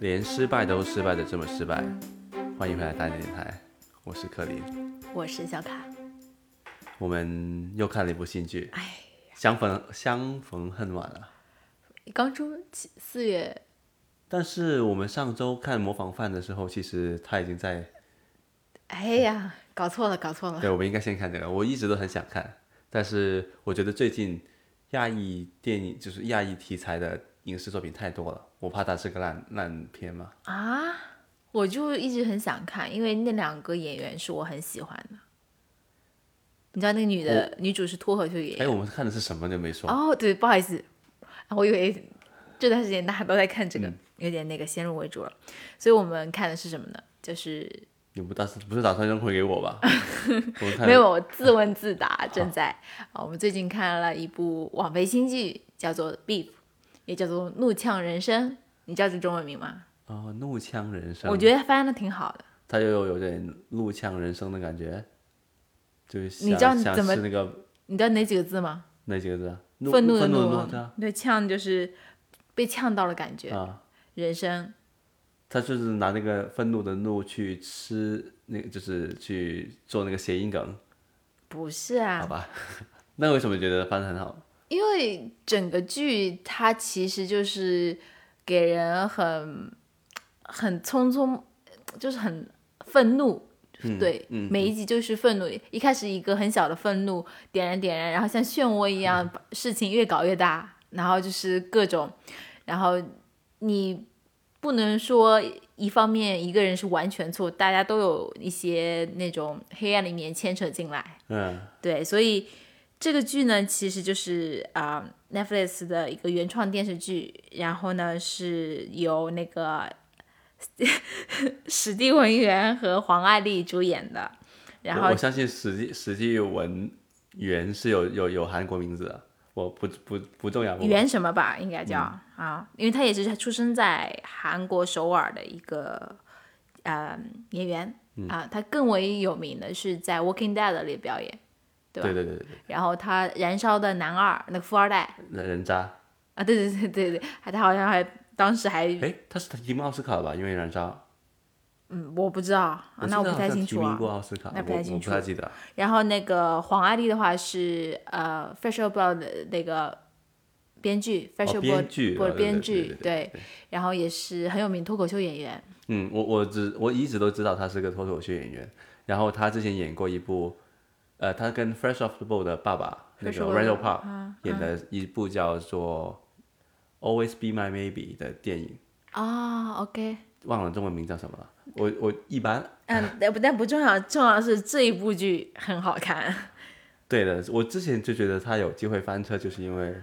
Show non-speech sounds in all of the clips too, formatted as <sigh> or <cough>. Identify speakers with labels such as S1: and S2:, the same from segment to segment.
S1: 连失败都失败的这么失败，欢迎回来大电台，我是克林。
S2: 我是小卡。
S1: 我们又看了一部新剧，
S2: 哎，
S1: 相逢相逢恨晚了。
S2: 刚出七四月，
S1: 但是我们上周看《模仿犯》的时候，其实他已经在，
S2: 哎呀，搞错了，搞错了。
S1: 对，我们应该先看这个。我一直都很想看，但是我觉得最近亚裔电影就是亚裔题材的影视作品太多了，我怕它是个烂烂片嘛。
S2: 啊我就一直很想看，因为那两个演员是我很喜欢的。你知道那个女的女主是脱口秀演
S1: 哎，
S2: 员
S1: 我们看的是什么就没说。
S2: 哦，对，不好意思，啊我以为这段时间大家都在看这个，有点那个先入为主了。所以我们看的是什么呢？就是
S1: 你不打不是打算扔回给我
S2: <laughs>
S1: 吧？我们看
S2: 没有我自问自答，正在啊，我们最近看了一部网飞新剧，叫做《Beef》，也叫做《怒呛人生》，你知道这中文名吗？
S1: 哦，怒呛人生，
S2: 我觉得翻的挺好的。
S1: 他又有有点怒呛人生的感觉，就是想
S2: 你知道你
S1: 想
S2: 怎么
S1: 是那个
S2: 你知道哪几个字吗？
S1: 那几个字啊？怒
S2: 愤怒
S1: 怒
S2: 的
S1: 怒怒对啊
S2: 对，呛就是被呛到了感觉。
S1: 啊，
S2: 人生
S1: 他就是拿那个愤怒的怒去吃那个，就是去做那个谐音梗，
S2: 不是啊，
S1: 好吧？那为什么觉得翻得很好？
S2: 因为整个剧它其实就是给人很很匆匆，就是很愤怒。对，每一集就是愤怒。一开始一个很小的愤怒，点燃点燃，然后像漩涡一样，把事情越搞越大，然后就是各种，然后你不能说一方面一个人是完全错，大家都有一些那种黑暗里面牵扯进来。
S1: 嗯，
S2: 对，所以这个剧呢，其实就是啊、呃 Netflix 的一个原创电视剧，然后呢是由那个史蒂文元和黄爱丽主演的，然
S1: 我
S2: 后
S1: 我相信史记史记文源是有有有韩国名字的，我不不不重要。我
S2: 袁什么吧，应该叫、啊，因为他也是出生在韩国首尔的一个呃演员、啊，他更为有名的是在《Walking Dead》里表演，对吧
S1: 对对对对，
S2: 然后他《燃烧的男二》那个富二代。
S1: 人人渣，
S2: 啊，对对对对对，还他好像还当时还
S1: 哎，他是他提名奥斯卡吧？因为燃烧，
S2: 嗯，我不知道，啊
S1: 我记
S2: 那我
S1: 得
S2: 不
S1: 好
S2: 太
S1: 像
S2: 清
S1: 提
S2: 楚
S1: 名
S2: 啊。
S1: 过奥斯卡，
S2: 那不
S1: 我
S2: 太清
S1: 我不
S2: 楚
S1: 太记得。
S2: 然后那个黄阿丽的话是呃《Fresh o f Blood》的那个编剧，《Fresh
S1: 哦
S2: o f
S1: 编
S2: Blood》
S1: 剧
S2: 或
S1: 啊
S2: 者
S1: 对
S2: 编
S1: 对
S2: 剧
S1: 对对
S2: 对，然后也是很有名脱口秀演员，
S1: 嗯，我我只我一直都知道他是个脱口秀演员，然后他之前演过一部，呃，他跟 Fresh Off the Boat 的爸爸那
S2: Fresh
S1: 个
S2: Off the
S1: Randall
S2: Boat，啊
S1: Park、演的一部叫做《Always Be My Maybe》的电影，
S2: 啊、o k
S1: 忘了中文名叫什么了。我我一般 <laughs>
S2: 嗯，但不但不重要，重要的是这一部剧很好看。 <laughs>
S1: 对的，我之前就觉得他有机会翻车，就是因为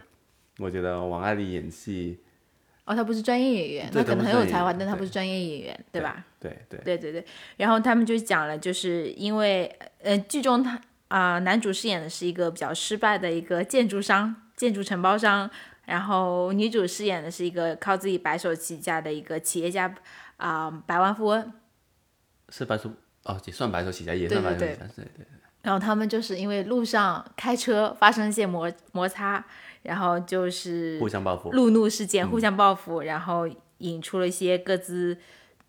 S1: 我觉得王爱丽演戏，
S2: 哦，他不是专业演员，
S1: 对他
S2: 他可
S1: 不
S2: 能
S1: 是
S2: 很
S1: 专
S2: 有
S1: 业
S2: 才华，
S1: 演员
S2: 但他
S1: 对
S2: 不是专业演员，对吧？
S1: 对对，
S2: 对对对，然后他们就讲了，就是因为呃，剧中他啊、男主饰演的是一个比较失败的一个建筑商、建筑承包商，然后女主饰演的是一个靠自己白手起家的一个企业家啊、百万富翁。
S1: 是白手哦，也算白手起家，也算白
S2: 对
S1: 手
S2: 对
S1: 起家，对对。
S2: 然后他们就是因为路上开车发生一些摩摩擦，然后就是
S1: 互相报复，
S2: 路怒事件互相报复，然后引出了一些各自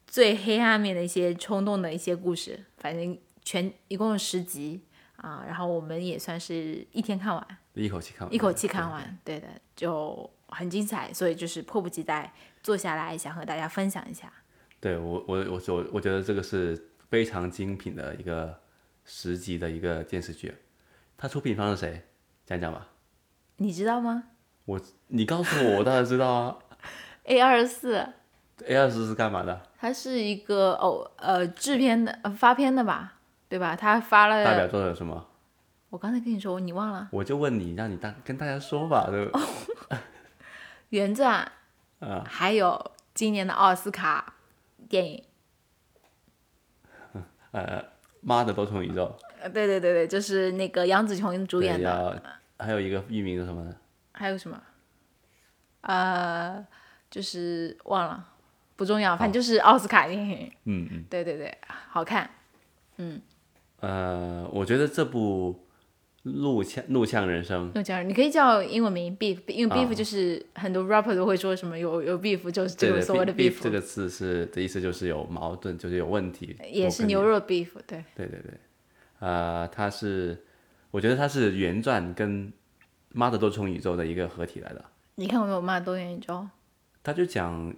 S2: 最黑暗面的一些冲动的一些故事。反正全一共有十集啊，然后我们也算是一天看完，
S1: 一口气看完，
S2: 一口气看完，对的，就很精彩，所以就是迫不及待坐下来想和大家分享一下。
S1: 对我，我我我我觉得这个是非常精品的一个十集的一个电视剧，它出品方是谁？讲讲吧。
S2: 你知道吗
S1: 我你告诉我，我当然知道啊。
S2: ？A 二四
S1: A 二十是干嘛的？
S2: 它是一个偶呃制片的、呃发片的吧，对吧？他发
S1: 代
S2: 了，
S1: 表作有什么？
S2: 我刚才跟你说你忘了
S1: 我就问你，让你大跟大家说吧，对
S2: 哦
S1: 吧？
S2: 原钻
S1: 啊，
S2: 还有今年的奥斯卡电影，
S1: 呃，妈的多重宇宙，
S2: 呃，对对对对，就是那个杨紫琼 <laughs> 主演
S1: 对
S2: 的，嗯
S1: 要还有一个域名是什么呢？
S2: 还有什么？呃，就是忘了，不重要，反正就是奥斯卡电影。
S1: 嗯嗯，
S2: 对对对，好看。
S1: 呃，我觉得这部《怒呛怒呛人生》
S2: 那这样你可以叫英文名 beef，因
S1: 啊
S2: 为 beef 就是很多 rapper 都会说什么有有 beef，就是这
S1: 这
S2: 个
S1: 个
S2: 所谓的
S1: beef 这个字是的意思就是有矛盾，就是有问题，
S2: 呃也
S1: 我
S2: 是
S1: 跟
S2: 牛肉 beef，对，
S1: 对对对，呃，它是，我觉得它是原传跟《妈的多重宇宙》的一个合体来的。
S2: 你看过没有？骂多元宇
S1: 啊
S2: 宙，
S1: 他就讲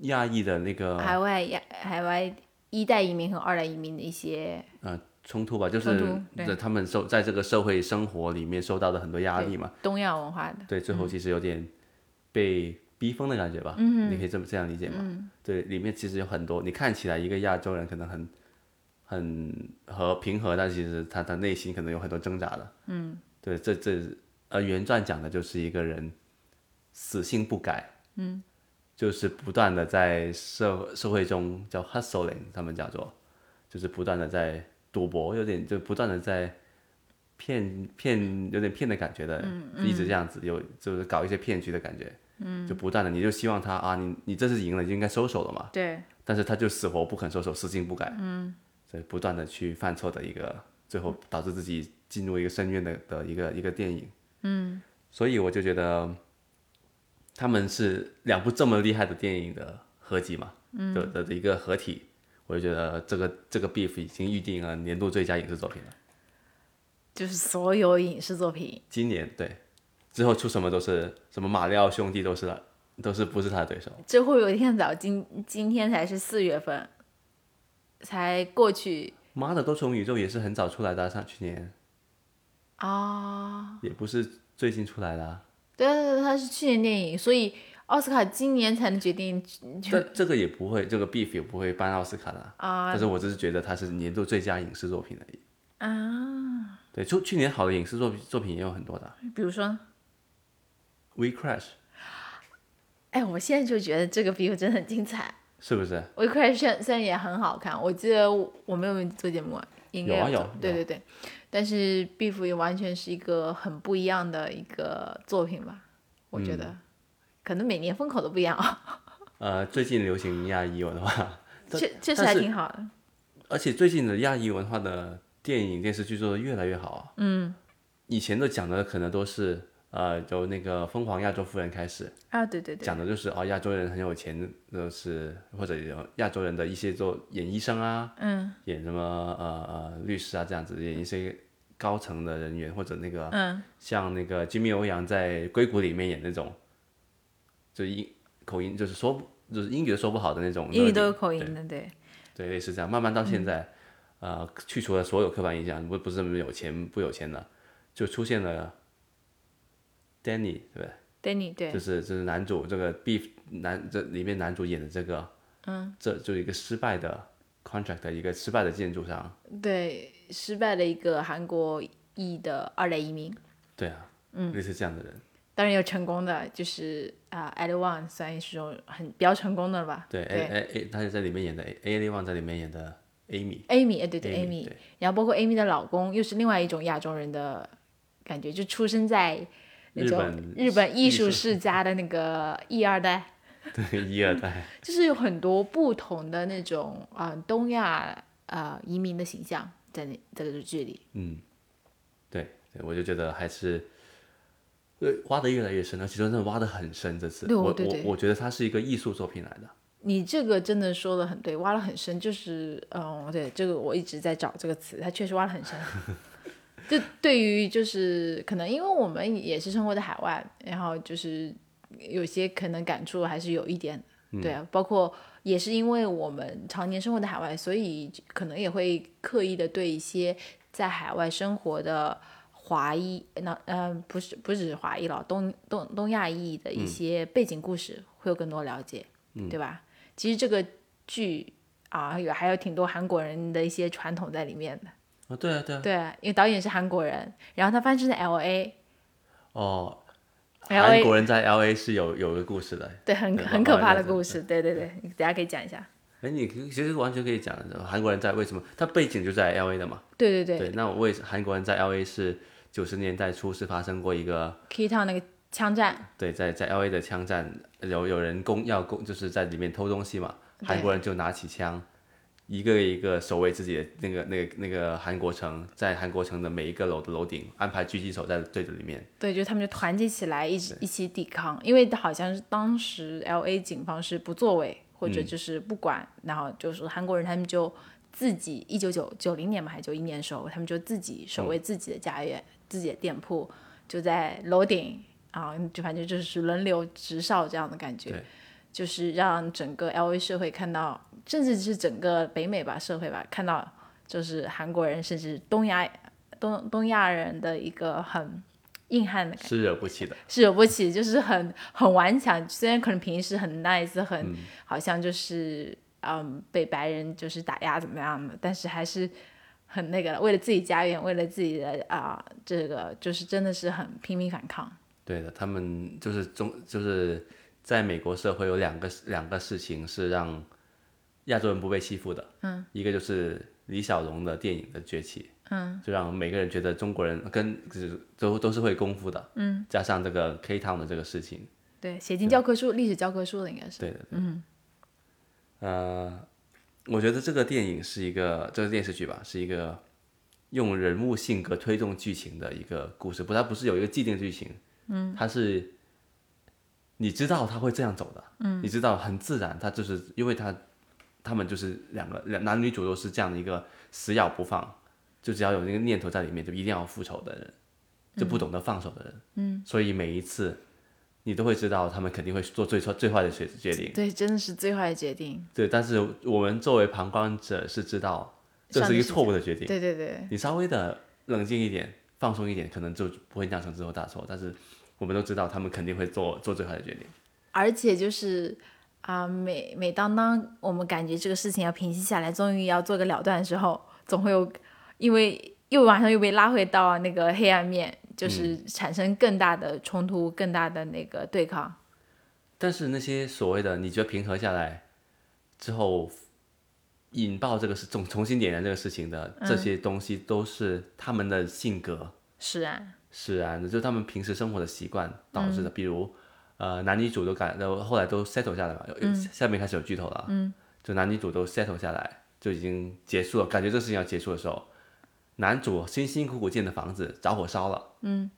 S1: 亚裔的那个
S2: 海外呀，海外一代移民和二代移民的一些，
S1: 呃冲突吧，就
S2: 冲
S1: 是
S2: 突对
S1: 对他们受在这个社会生活里面受到的很多压力嘛，
S2: 东亚文化的，
S1: 对，最后其实有点被逼疯的感觉吧，嗯，你可以这么这样理解吗？对，里面其实有很多，你看起来一个亚洲人可能很很和平和，但其实他他内心可能有很多挣扎的，嗯，对，这这呃原传讲的就是一个人死性不改，嗯，就是不断的在社社会中叫 hustling，他们叫做，就是不断的在赌博，有点就不断的在。骗骗有点骗的感觉的，一直这样子，有就是搞一些骗局的感觉，嗯，就不断的你就希望他啊，你你这次赢了就应该收手了嘛，
S2: 对，
S1: 但是他就死活不肯收手，死性不改，嗯，所以不断的去犯错的一个，最后导致自己进入一个深渊的的一个一个电影，嗯，所以我就觉得他们是两部这么厉害的电影的合集嘛，嗯，的的的一个合体，我就觉得这个这个 beef 已经预定了年度最佳影视作品了。
S2: 就是所有影视作品
S1: 今年对，之后出什么都是什么马里奥兄弟都是都是不是他的对手。
S2: 这会有一天早，今今天才是四月份，才过去
S1: 妈的，多重宇宙也是很早出来的啊、上去年
S2: 啊、
S1: 也不是最近出来的、啊，
S2: 对对对对，它是去年电影，所以奥斯卡今年才能决定
S1: 这这个也不会，这个 beef 也不会颁奥斯卡的啊、
S2: 啊
S1: 但是我只是觉得它是年度最佳影视作品而已。
S2: 啊，
S1: 对，就去年好的影视作品作品也有很多的啊
S2: 比如说，
S1: ，We Crash
S2: 哎，我现在就觉得这个 beef 真的很精彩，
S1: 是不是？
S2: 《We Crash》虽然虽然也很好看，我记得我我们有没有做节目啊？应该
S1: 有啊
S2: 做
S1: 有
S2: 对
S1: 有
S2: 对对，但是《beef》也完全是一个很不一样的一个作品吧，我觉
S1: 嗯
S2: 得，可能每年风口都不一样啊，
S1: 呃，最近流行亚裔文化，但
S2: 确确实
S1: 但
S2: 还
S1: 是
S2: 挺好的。
S1: 而且最近的亚裔文化的电影电视剧做的越来越好啊。嗯，以前的讲的可能都是呃，由那个《疯狂亚洲夫人》开始
S2: 啊，对对对，
S1: 讲的就是哦，亚洲人很有钱，就是或者有亚洲人的一些做演医生啊，
S2: 嗯
S1: 演什么呃呃律师啊这样子，演一些高层的人员或者那个
S2: 嗯，
S1: 像那个 Jimmy 欧阳在《硅谷》里面演那种，就英口音就是说不就是英语都说不好的那种，
S2: 英语都有口音的，对，
S1: 对，类似这样，慢慢到
S2: 嗯
S1: 现在，呃，去除了所有刻板印象，不不是什么有钱不有钱的，就出现了 Danny，对不对？
S2: Danny 对
S1: 就，是就是男主这个 Beef 男这里面男主演的这个，嗯，这就是一个失败的 contract，一个失败的建筑商，
S2: 对，失败的一个韩国裔的二代移民，
S1: 对啊，嗯，类似这样的人，
S2: 当然有成功的，就是啊 a l One 算是种很比较成功的了吧？
S1: 对
S2: 对
S1: ，A A A，他也在里面演的 A A 旺在里面演的 Amy，
S2: ，Amy，哎对对
S1: Amy，
S2: Amy，
S1: 对
S2: 然后包括 Amy 的老公又是另外一种亚洲人的感觉，就出生在那
S1: 日
S2: 种
S1: 本
S2: 日本艺
S1: 艺
S2: 术
S1: 术
S2: 世家的那个一二代，
S1: 对，一二代，
S2: 就是有很多不同的那种啊、呃东亚呃移民的形象在那在这个剧里。
S1: 嗯，对，对我就觉得还是，呃，挖的越来越深了，其实真的挖的很深。这次
S2: 对
S1: 我
S2: 对对
S1: 我我觉得它是一个艺术作品来的，
S2: 你这个真的说的很对，挖了很深，就是嗯，对，这个我一直在找这个词，它确实挖了很深。就对于就是可能因为我们也是生活在海外，然后就是有些可能感触还是有一点的，对啊，包括也是因为我们常年生活在海外，所以可能也会刻意的对一些在海外生活的华裔，那嗯、不是不只是华裔了，东东东亚裔的一些背景故事会有更多了解，对吧？其实这个剧啊，有还有挺多韩国人的一些传统在里面的。
S1: 啊，对啊，对啊，
S2: 对，因为导演是韩国人，然后他翻身在 L A，
S1: 哦，
S2: LA
S1: 韩国人在 L A 是有有一个故事的，
S2: 对，很
S1: 对
S2: 很可怕的
S1: 我
S2: 故事，对对对，你等下可以讲一下。
S1: 哎，你可以其实完全可以讲韩国人在为什么他背景就在 L A 的嘛，
S2: 对对对
S1: 对，那我为韩国人在 L A 是九十年代初是发生过一个
S2: k e y Town 那个枪战，
S1: 对，在在 L A 的枪战，有有人攻要攻，就是在里面偷东西嘛。
S2: 对
S1: 韩国人就拿起枪，一个一个守卫自己的那个那个那个韩国城，在韩国城的每一个楼的楼顶安排狙击手在队子里面。
S2: 对，就他们就团结起来一起一起抵抗，因为好像是当时 L A 警方是不作为或者就是不管，然后就是韩国人他们就自己一九九九零年嘛，还是九一年的时候，他们就自己守卫自己的家园、自己的店铺，就在楼顶啊，就反正就是轮流值哨这样的感觉
S1: 对，
S2: 就是让整个 L A 社会看到，甚至是整个北美吧社会吧看到，就是韩国人甚至东亚东东亚人的一个很硬汉的
S1: 是惹不起的，
S2: 是惹不起，就是很很顽强。虽然可能平时很 nice，很、好像就是嗯被白人就是打压怎么样的，但是还是很那个的，为了自己家园，为了自己的啊、这个就是真的是很拼命反抗。
S1: 对的，他们就是中就是在美国社会有两个两个事情是让亚洲人不被欺负的，嗯，一个就是李小龙的电影的崛起，嗯，就让每个人觉得中国人跟就是都都是会功夫的，嗯，加上这个 K Town 的这个事情，
S2: 对，写进教科书、历史教科书的应该是。
S1: 对的，对的，呃，我觉得这个电影是一个这个电视剧吧，是一个用人物性格推动剧情的一个故事，不，它不是有一个既定剧情，嗯，它是你知道他会这样走的，嗯，你知道很自然，他就是因为他他们就是两个两男女主都是这样的一个死咬不放，就只要有那个念头在里面，就一定要复仇的人，就不懂得放手的人，嗯，所以每一次。你都会知道，他们肯定会做最错、最坏的决决定。
S2: 对，真的是最坏的决定。
S1: 对，但是我们作为旁观者是知道这
S2: 上
S1: 是一
S2: 帝
S1: 个
S2: 视
S1: 错误的决定。
S2: 对对对，
S1: 你稍微的冷静一点，放松一点，可能就不会酿成之后大错。但是我们都知道，他们肯定会做做最坏的决定。
S2: 而且就是啊、每每当当我们感觉这个事情要平息下来，终于要做个了断的时候，总会有，因为又马上又被拉回到那个黑暗面，就是产生更大的冲突、更大的那个对抗。
S1: 但是那些所谓的你觉得平和下来之后，引爆这个事，重重新点燃这个事情的这些东西，都是他们的性格。
S2: 是啊，
S1: 是啊，就是他们平时生活的习惯导致的，比如呃男女主都改，都后来都 settle 下来嘛，有有下面开始有剧透了，嗯，就男女主都 settle 下来，就已经结束了，感觉这事情要结束的时候，男主辛辛苦苦建的房子着火烧了，嗯，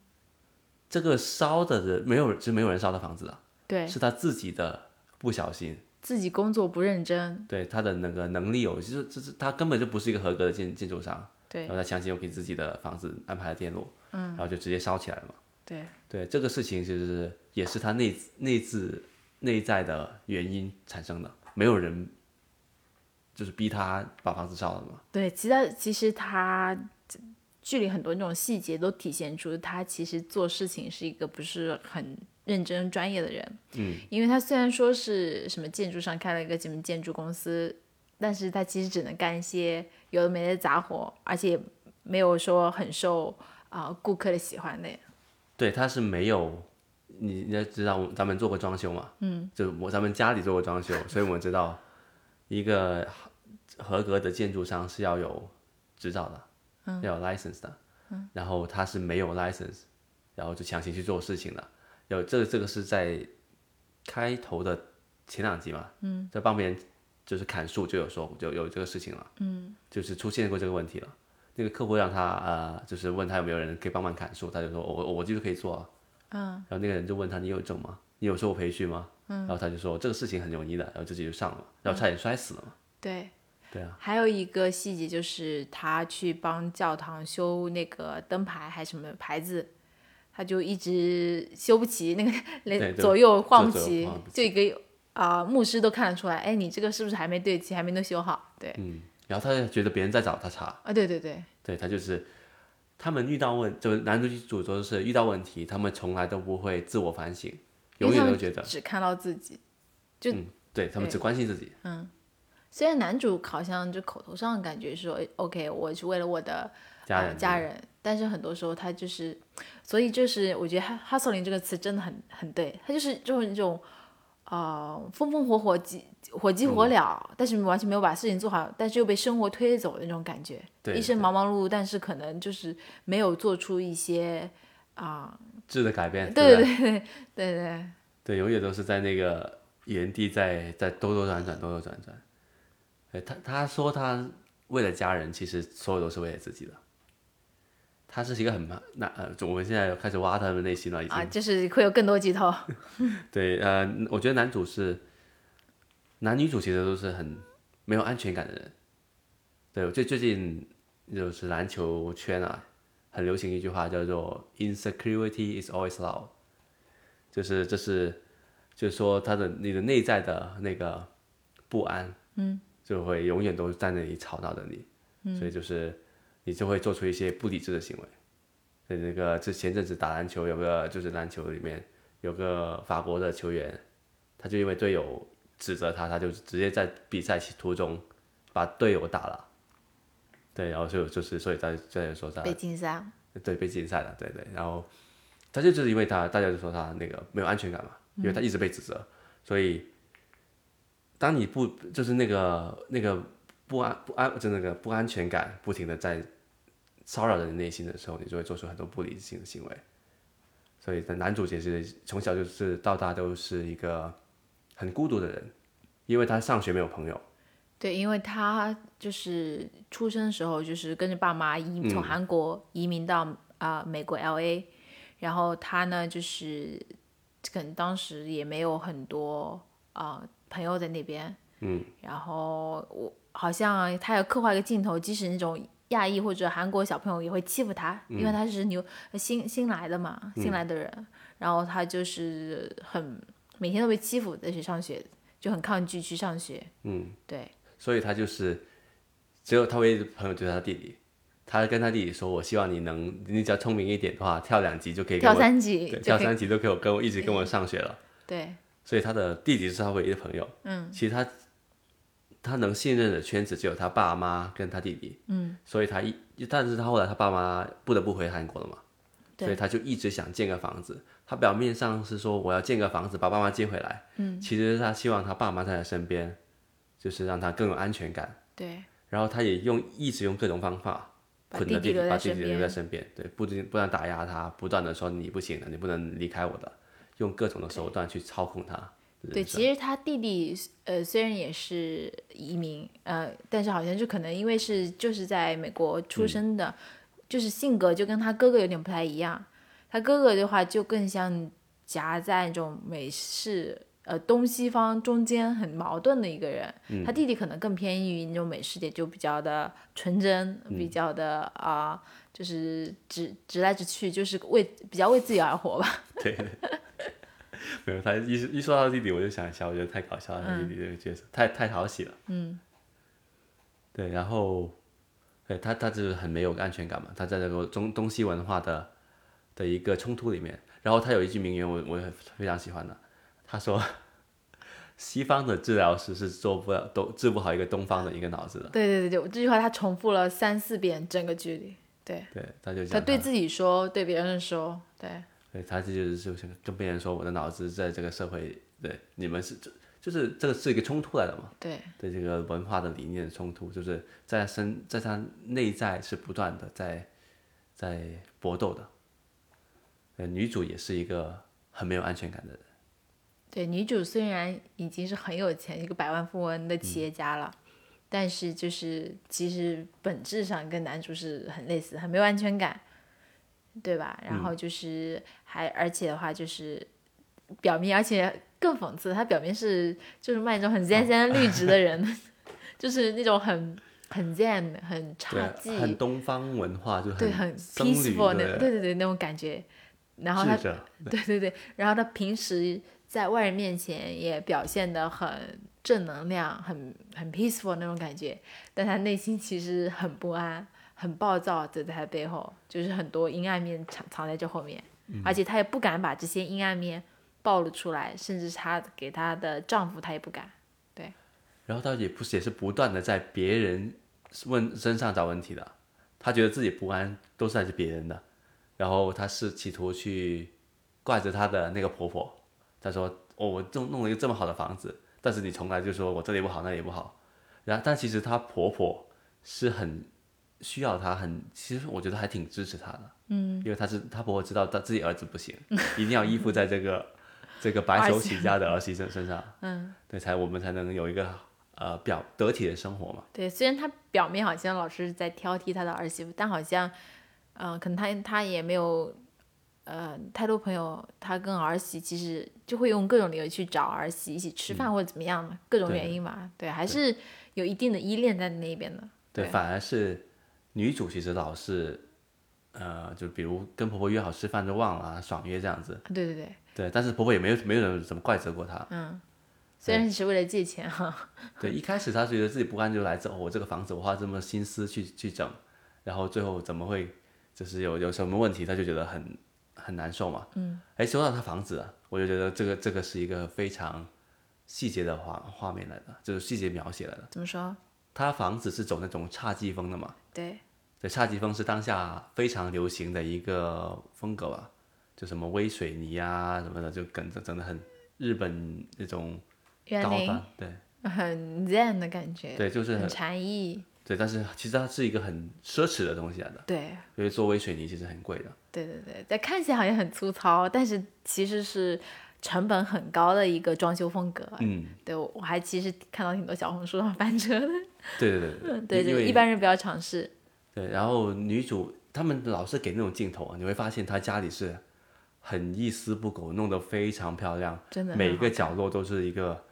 S1: 这个烧的人没有人，是没有人烧的房子啊，
S2: 对
S1: 是他自己的不小心，
S2: 自己工作不认真，
S1: 对他的那个能力有，就是就是他根本就不是一个合格的建建筑商，
S2: 对
S1: 然后他强行又给自己的房子安排了电路，嗯，然后就直接烧起来了嘛。
S2: 对
S1: 对这个事情，其实是也是他内内自内在的原因产生的，没有人就是逼他把房子烧了嘛。
S2: 对，其他其实他剧里很多那种细节都体现出他其实做事情是一个不是很认真专业的人。嗯，因为他虽然说是什么建筑上开了一个什么建筑公司，但是他其实只能干一些有的没的杂活，而且也没有说很受啊、顾客的喜欢的。
S1: 对，他是没有你你也知道我，咱们做过装修嘛，嗯，就我咱们家里做过装修，所以我们知道一个合格的建筑商是要有执照的，嗯，要有 license 的，嗯，然后他是没有 license，然后就强行去做事情的，有这个这个是在开头的前两集嘛，嗯，在帮别人就是砍树就有说就有这个事情了，嗯，就是出现过这个问题了。那个客户让他呃，就是问他有没有人可以帮忙砍树，他就说我我我就是可以做、啊。嗯。然后那个人就问他你有证吗？你有受过培训吗？嗯。然后他就说这个事情很容易的，然后自己就上了，然后差点摔死了嘛。
S2: 对，
S1: 对
S2: 啊。还有一个细节就是他去帮教堂修那个灯牌还是什么牌子，他就一直修不齐，那
S1: <laughs>
S2: 个
S1: 对
S2: 连
S1: 对
S2: 左右晃
S1: 左右
S2: 齐
S1: 晃不，
S2: 就一个啊、牧师都看得出来，哎，你这个是不是还没对齐，还没能修好？对，
S1: 嗯。然后他就觉得别人在找他茬，
S2: 啊，对对对，
S1: 对他就是他们遇到问，就是男主主角是遇到问题，他们从来都不会自我反省，
S2: 因
S1: 永
S2: 为他
S1: 远都
S2: 们
S1: 觉得
S2: 只看到自己。就
S1: 嗯，对他们只关心自己。
S2: 虽然男主好像就口头上感觉说哎 OK，我是为了我的
S1: 啊家
S2: 呃
S1: 人
S2: 家人，但是很多时候他就是，所以就是我觉得 “hustling” 这个词真的很很对，他就是就是那种，呃，风风火火、急火急
S1: 嗯
S2: 火燎，但是完全没有把事情做好，但是又被生活推走的那种感觉，
S1: 对
S2: 一身忙忙碌碌，但是可能就是没有做出一些啊、
S1: 质的改变，
S2: 对
S1: 不
S2: 对对对对
S1: 对，永远都是在那个原地在在兜兜转转，兜兜转转。对他他说他为了家人，其实所有都是为了自己的。他是一个很那呃，我们现在开始挖他们内心了，已经。
S2: 啊，就是会有更多剧透。
S1: 对，呃，我觉得男主是男女主其实都是很没有安全感的人。对，最最近就是篮球圈啊，很流行一句话叫做 “insecurity is always loud”，就是这是就是说他的你的内在的那个不安，嗯，就会永远都在那里吵闹着你，所以就是你就会做出一些不理智的行为。对，那个之前阵子打篮球有个就是篮球里面有个法国的球员，他就因为队友指责他，他就直接在比赛途中把队友打了。对，然后就就是所以大家在说他
S2: <laughs> 被禁赛，
S1: 对被禁赛了，对对，然后他就就是因为他大家就说他那个没有安全感嘛，因为他一直被指责，所以当你不就是那个那个不安不安就那个不安全感不停的在骚扰着你内心的时候，你就会做出很多不理性的行为。所以男主角是从小就是到大都是一个很孤独的人，因为他上学没有朋友。
S2: 对，因为他就是出生时候就是跟着爸妈移从韩国移民到啊、呃美国 L A，然后他呢就是可能当时也没有很多啊、呃朋友在那边，嗯，然后我好像他有刻画一个镜头，即使那种亚裔或者韩国小朋友也会欺负他，因为他是牛呃新新来的嘛，新来的人，然后他就是很每天都被欺负在去上学，就很抗拒去上学，嗯，对。
S1: 所以他就是只有他唯一的朋友就是他弟弟。他跟他弟弟说：“我希望你能，你只要聪明一点的话，跳两级就可以跟
S2: 跳
S1: 我
S2: 三级
S1: 对
S2: 就
S1: 跳
S2: 可以
S1: 三级都可以我跟我一直跟我上学了。
S2: 对，
S1: 所以他的弟弟是他唯一的朋友。嗯，其实他他能信任的圈子只有他爸妈跟他弟弟。嗯，所以他一，但是他后来他爸妈不得不回韩国了嘛，
S2: 对
S1: 所以他就一直想建个房子。他表面上是说我要建个房子把爸妈接回来，嗯，其实他希望他爸妈在他身边，就是让他更有安全感。
S2: 对，
S1: 然后他也用一直用各种方法
S2: 把
S1: 捆
S2: 弟
S1: 着
S2: 弟
S1: 弟
S2: 留在
S1: 把弟
S2: 身
S1: 弟留在
S2: 边
S1: 身边，对，不仅不断打压他，不断的说你不行的，你不能离开我的，用各种的手段去操控他。
S2: 对，其实他弟弟呃虽然也是移民，呃，但是好像就可能因为是就是在美国
S1: 嗯
S2: 出生的，就是性格就跟他哥哥有点不太一样。他哥哥的话就更像夹在那种美式呃东西方中间很矛盾的一个人，
S1: 嗯
S2: 他弟弟可能更偏于那种美式点，就比较的纯真，
S1: 嗯
S2: 比较的啊、就是直直来直去，就是为比较为自己而活吧。
S1: 没有，他一一说到弟弟，我就想一下，我觉得太搞笑了，他弟弟这个角色、太太讨喜了。嗯，对，然后，对他他就是很没有安全感嘛，他在这个中东西文化的的一个冲突里面，然后他有一句名言我，我也非常喜欢的，他说。西方的治疗师是做不了都治不好一个东方的一个脑子的，
S2: 对对对对，我这句话他重复了三四遍，整个剧里。对，
S1: 对，他就
S2: 他
S1: 讲
S2: 对自己说，对别人说，对
S1: 对，他这就是就是跟别人说我的脑子在这个社会，对你们是就就是这个是一个冲突来的嘛，
S2: 对
S1: 对这个文化的理念的冲突，就是在他身在他内在是不断的在在搏斗的。呃，女主也是一个很没有安全感的人，
S2: 对。女主虽然已经是很有钱，一个百万富翁的企业家
S1: 嗯
S2: 了，但是就是其实本质上跟男主是很类似，很没有安全感，对吧？
S1: 嗯
S2: 然后就是还而且的话就是表面，而且更讽刺，他表面是就是卖这种
S1: 啊
S2: 很 zen zen 绿植的人， <laughs> 就是那种很很 zen 很差
S1: 对，啊
S2: 劲。
S1: 很东方文化，就
S2: 对，很
S1: 僧侣
S2: peaceful 那，
S1: 的
S2: 对对对，那种感觉。然后他
S1: 智，者，
S2: 对对对，然后他平时在外人面前也表现得很正能量，很很 peaceful 那种感觉，但他内心其实很不安、很暴躁，走在他背后，就是很多阴暗面藏藏在这后面，而且他也不敢把这些阴暗面暴露出来，甚至是他给他的丈夫，他也不敢。
S1: 然后他也不是也是不断的在别人问身上找问题的，他觉得自己不安都是来自别人的，然后他是企图去怪着他的那个婆婆，他说哦我弄弄了一个这么好的房子，但是你从来就说我这里不好那里不好，然后但其实她婆婆是很需要她很，其实我觉得还挺支持她的，嗯，因为她是她婆婆知道她自己儿子不行，一定要依附在这个这个白手起家的儿媳身身上，嗯，对才我们才能有一个呃表得体的生活嘛。
S2: 对，虽然他表面好像老是在挑剔他的儿媳妇，但好像，嗯、可能他他也没有，呃，太多朋友，他跟儿媳其实就会用各种理由去找儿媳一起吃饭或者怎么样嘛，各种
S1: 嗯对
S2: 原因嘛，对，还是有一定的依恋在那边的。
S1: 对，
S2: 对
S1: 反而是女主其实老是，呃，就比如跟婆婆约好吃饭就忘了啊，爽约这样子。
S2: 对对对，
S1: 对，但是婆婆也没有没有人怎么怪责过她。
S2: 虽然是为了借钱哈， <laughs>
S1: 对，一开始她觉得自己不甘就来自哦我这个房子我花这么心思去去整，然后最后怎么会就是有有什么问题，她就觉得很很难受嘛。嗯。哎，说到她房子啊，我就觉得这个这个是一个非常细节的画画面来的，就是细节描写来的。
S2: 怎么说？
S1: 她房子是走那种侘寂风的嘛。
S2: 对，
S1: 对，侘寂风是当下非常流行的一个风格吧，就什么微水泥啊什么的，就整的整的很日本那种
S2: 园
S1: 高
S2: 林
S1: 端，对
S2: 很 zen 的感觉，
S1: 对，就是
S2: 很
S1: 很
S2: 禅意，
S1: 对，但是其实它是一个很奢侈的东西来啊的，
S2: 对
S1: 因为做微水泥其实很贵的，
S2: 对对对，但看起来好像很粗糙，但是其实是成本很高的一个装修风格。
S1: 嗯，
S2: 对，我我还其实看到挺多小红书上翻车的，
S1: 对对对对，
S2: <laughs> 对
S1: 因
S2: 对，
S1: 为
S2: 一般人不要尝试。
S1: 对，然后女主他们老是给那种镜头啊，你会发现她家里是很一丝不苟，弄得非常漂亮，
S2: 真的
S1: 每
S2: 很
S1: 一个角落都是一个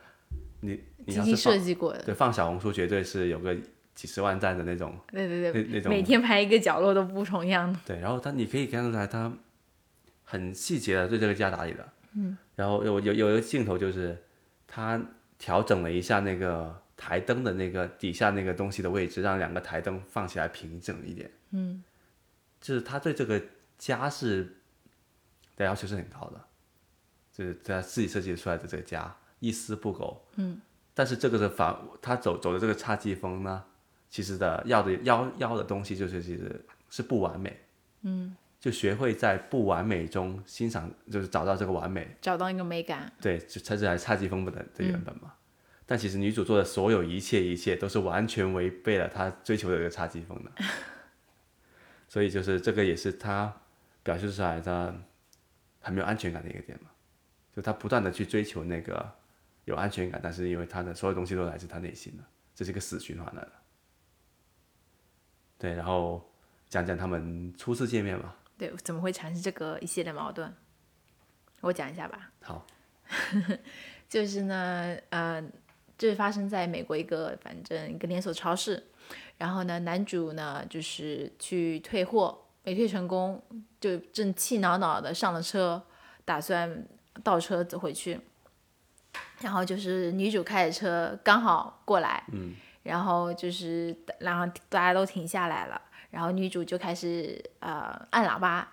S1: 你你
S2: 精
S1: 要
S2: 心
S1: 是放
S2: 设计过的，
S1: 对放小红书绝对是有个几十万赞的那种。
S2: 对对
S1: 那那
S2: 对，
S1: 种
S2: 每天拍一个角落都不重样的。
S1: 对，然后他你可以看出来他很细节的对这个家打理的，嗯，然后有有有一个镜头就是他调整了一下那个台灯的那个底下那个东西的位置，让两个台灯放起来平整一点，嗯，就是他对这个家是的要求是很高的，就是他自己设计出来的这个家一丝不苟，嗯，但是这个的反他走走的这个侘寂风呢，其实的要的要要的东西就是其实是不完美。就学会在不完美中欣赏，就是找到这个完美，
S2: 找到一个美感，
S1: 对，就它这还是侘寂风的的原本嘛。但其实女主做的所有一切一切都是完全违背了她追求的这个侘寂风的，所以就是这个也是她表现出来她很没有安全感的一个点嘛，就她不断的去追求那个有安全感，但是因为她的所有东西都来自她内心的，这是一个死循环来的。对，然后讲讲他们初次见面吧。
S2: 对，怎么会产生这个一系列矛盾？我讲一下吧，
S1: 好，
S2: <laughs> 就是呢，呃，这是发生在美国一个反正一个连锁超市，然后呢，男主呢就是去退货，没退成功，就正气恼恼的上了车，打算倒车走回去，然后就是女主开着车刚好过来，嗯，然后就是然后大家都停下来了，然后女主就开始呃按喇叭，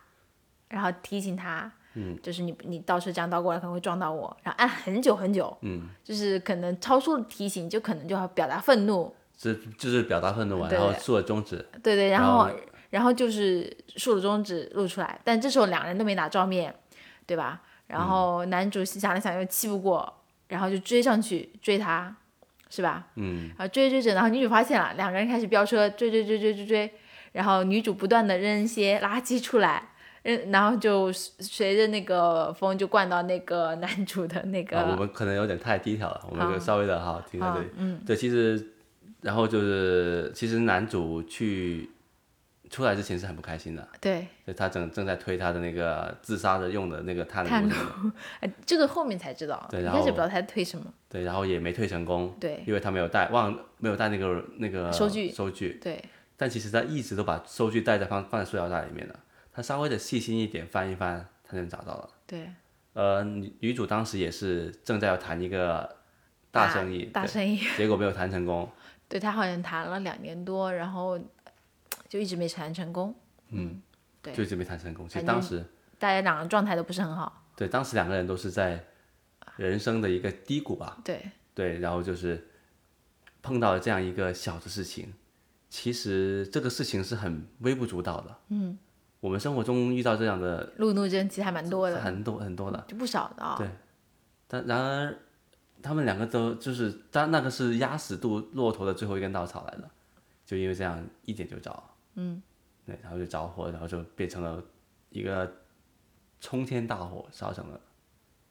S2: 然后提醒他。嗯，就是你你倒车这样倒过来可能会撞到我，然后按很久很久，嗯，就是可能超出了提醒，就可能就要表达愤怒，
S1: 这就是表达愤怒嘛，
S2: 对
S1: 然后竖了中指，
S2: 对对，然
S1: 然
S2: 后
S1: 后
S2: 然后就是竖了中指露出来，但这时候两人都没打照面，对吧？然后
S1: 嗯
S2: 男主想了想又气不过，然后就追上去追他，是吧？嗯，然后追追着，然后女主发现了，两个人开始飙车，追追追追追追，然后女主不断的扔一些垃圾出来。扔，然后就随着那个风就灌到那个男主的那个，
S1: 啊，我们可能有点太低调了，我们
S2: 好
S1: 就稍微的哈停在
S2: 好
S1: 这里。嗯，对，其实然后就是其实男主去出来之前是很不开心的，
S2: 对，
S1: 就他正正在推他的那个自杀的用的那个炭
S2: 探
S1: 炉
S2: 路
S1: 什么的，
S2: 哎这个后面才知道，
S1: 对
S2: 一
S1: 然
S2: 开始
S1: 后
S2: 不知道他推什么，
S1: 对，然后也没退成功，
S2: 对
S1: 因为他没有带忘没有带那个那个
S2: 收据
S1: 收据，
S2: 对，
S1: 但其实他一直都把收据带在放放在塑料袋里面的，他稍微的细心一点翻一翻，他就能找到了。
S2: 对，
S1: 呃，女女主当时也是正在要谈一个大生意，
S2: 大
S1: 对
S2: 生意，
S1: 结果没有谈成功。
S2: 对他好像谈了两年多，然后就一直没谈成功， <laughs> 对
S1: 就一直没谈成功。其
S2: 反
S1: 实
S2: 正
S1: 当时
S2: 大家两个人状态都不是很好。
S1: 对当时两个人都是在人生的一个低谷吧，
S2: 对
S1: 对，然后就是碰到了这样一个小的事情，其实这个事情是很微不足道的，嗯，我们生活中遇到这样的
S2: 路怒症其实还蛮多的，
S1: 很多很多的，
S2: 就不少的啊、
S1: 对但然而他们两个都就是，但那个是压死骆骆驼的最后一根稻草来的，就因为这样一点就着，嗯，对，然后就着火，然后就变成了一个冲天大火，烧成了。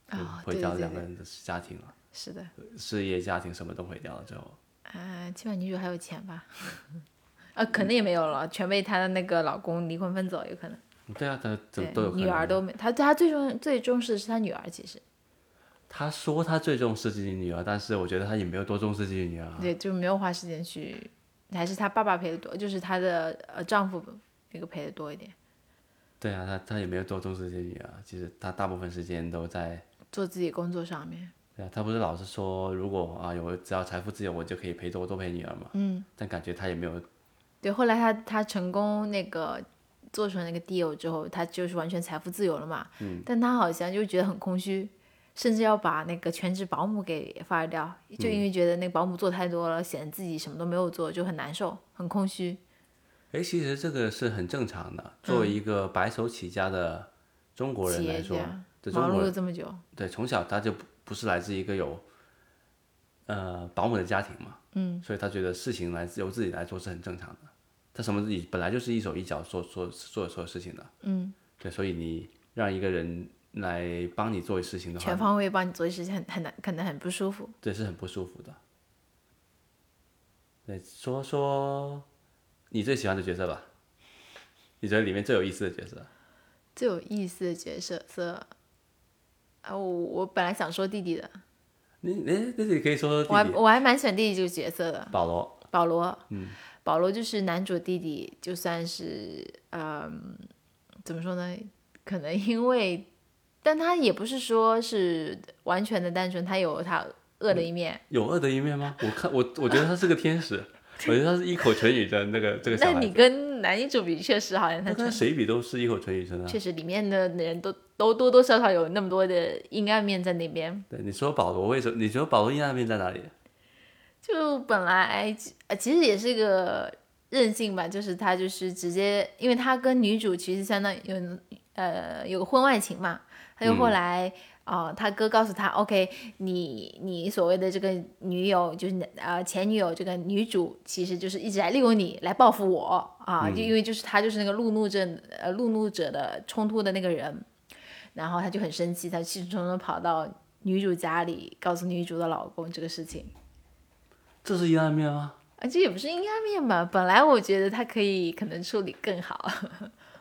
S2: 啊、
S1: 毁
S2: 对
S1: 掉
S2: 对
S1: 两个
S2: 对，
S1: 人的家庭了，
S2: 是的，
S1: 事业、家庭什么都毁掉了之后，
S2: 啊，起码女主还有钱吧？ <laughs> 啊，可能也没有了，全被她的那个老公离婚分走，有可能。
S1: 对啊，他怎么
S2: 对
S1: 都有可能
S2: 女儿都没，她她最重最重视的是她女儿，其实
S1: 他说他最重视自己女儿，但是我觉得他也没有多重视自己女儿啊。
S2: 对，就没有花时间去，还是她爸爸陪的多，就是她的呃丈夫那个陪的多一点，
S1: 对啊，他他也没有多重视自己女儿，啊其实他大部分时间都在。
S2: 做自己工作上面。
S1: 对啊，他不是老是说，如果啊有只要财富自由，我就可以陪多多陪女儿嘛。嗯。但感觉他也没有，
S2: 对，后来她她成功那个做成那个 deal 之后，她就是完全财富自由了嘛。嗯。但她好像就觉得很空虚，甚至要把那个全职保姆给 fire 掉，就
S1: 嗯
S2: 因为觉得那个保姆做太多了，显得自己什么都没有做，就很难受，很空虚。
S1: 哎，其实这个是很正常的。作为一个白手起家的中国人
S2: 企
S1: 来
S2: 业
S1: 说，
S2: 家
S1: 对中
S2: 忙
S1: 国
S2: 碌
S1: 人
S2: 了这么久，
S1: 对，从小他就不不是来自一个有呃保姆的家庭嘛，嗯，所以他觉得事情来自由自己来做是很正常的。他什么自己本来就是一手一脚做做做所有事情的，嗯，对，所以你让一个人来帮你做事情的
S2: 全
S1: 话，
S2: 方位帮你做一事情很很难，可能很不舒服。
S1: 这是很不舒服的。对，说说你最喜欢的角色吧，你觉得里面最有意思的角色？
S2: 最有意思的角色色啊，我我本来想说弟弟的，
S1: 你哎，那你可以说
S2: 我
S1: 说
S2: 还
S1: 弟弟
S2: 我还蛮喜欢弟弟这个角色的。
S1: 保罗，
S2: 保罗，嗯，保罗就是男主弟弟，就算是嗯，怎么说呢？可能因为，但他也不是说是完全的单纯，他有他恶的一面。
S1: 有恶的一面吗？我看我我觉得他是个天
S2: <laughs>
S1: 使，我觉得他是一口唇语的那个这个小
S2: 那
S1: 孩
S2: 你
S1: 子，
S2: 跟男女主比，确实好像他
S1: 他跟谁比都是一口唇语生啊。
S2: 确实里面的人都都多多少少有那么多的阴暗面在那边。
S1: 对，你说保罗为什么？你觉得保罗阴暗面在哪里？
S2: 就本来呃其实也是个任性吧，就是他就是直接，因为他跟女主其实相当于有呃有婚外情嘛，他就后来啊、呃他哥告诉他，OK，你你所谓的这个女友就是你呃前女友这个女主，其实就是一直来利用你来报复我啊，就因为就是他就是那个路怒症呃路怒者的冲突的那个人，然后他就很生气，他气冲冲地跑到女主家里，告诉女主的老公这个事情。
S1: 这是阴暗面吗？
S2: 啊，这也不是阴暗面吧？本来我觉得他可以可能处理更好，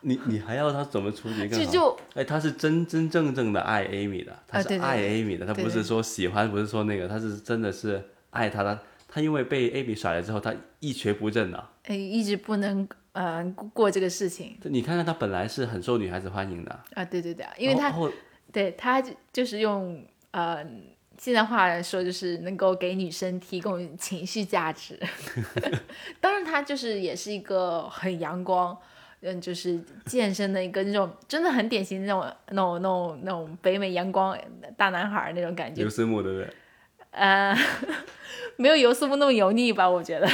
S1: 你你还要他怎么处理更
S2: 就
S1: 好？
S2: 就
S1: 哎，他是真真正正的爱 Amy 的，他是
S2: 啊对对
S1: 爱 Amy 的，他
S2: 对
S1: 不是
S2: 对
S1: 说喜欢，不是说那个，他是真的是爱他的。他因为被 Amy 甩了之后，他一蹶不振啊的。
S2: 呃一直不能呃过这个事情
S1: 你看看他本来是很受女孩子欢迎的，
S2: 啊，对对对，因为他
S1: 然后
S2: 对他就就是用呃现在话来说，就是能够给女生提供情绪
S1: <laughs>
S2: 价值。当然，他就是也是一个很阳光，嗯，就是健身的一个那种，真的很典型那种那种那种那种北美阳光大男孩儿那种感觉
S1: 刘，思慕对不对？
S2: 呃，没有尤斯布那么油腻吧？我
S1: 嗯
S2: 觉得。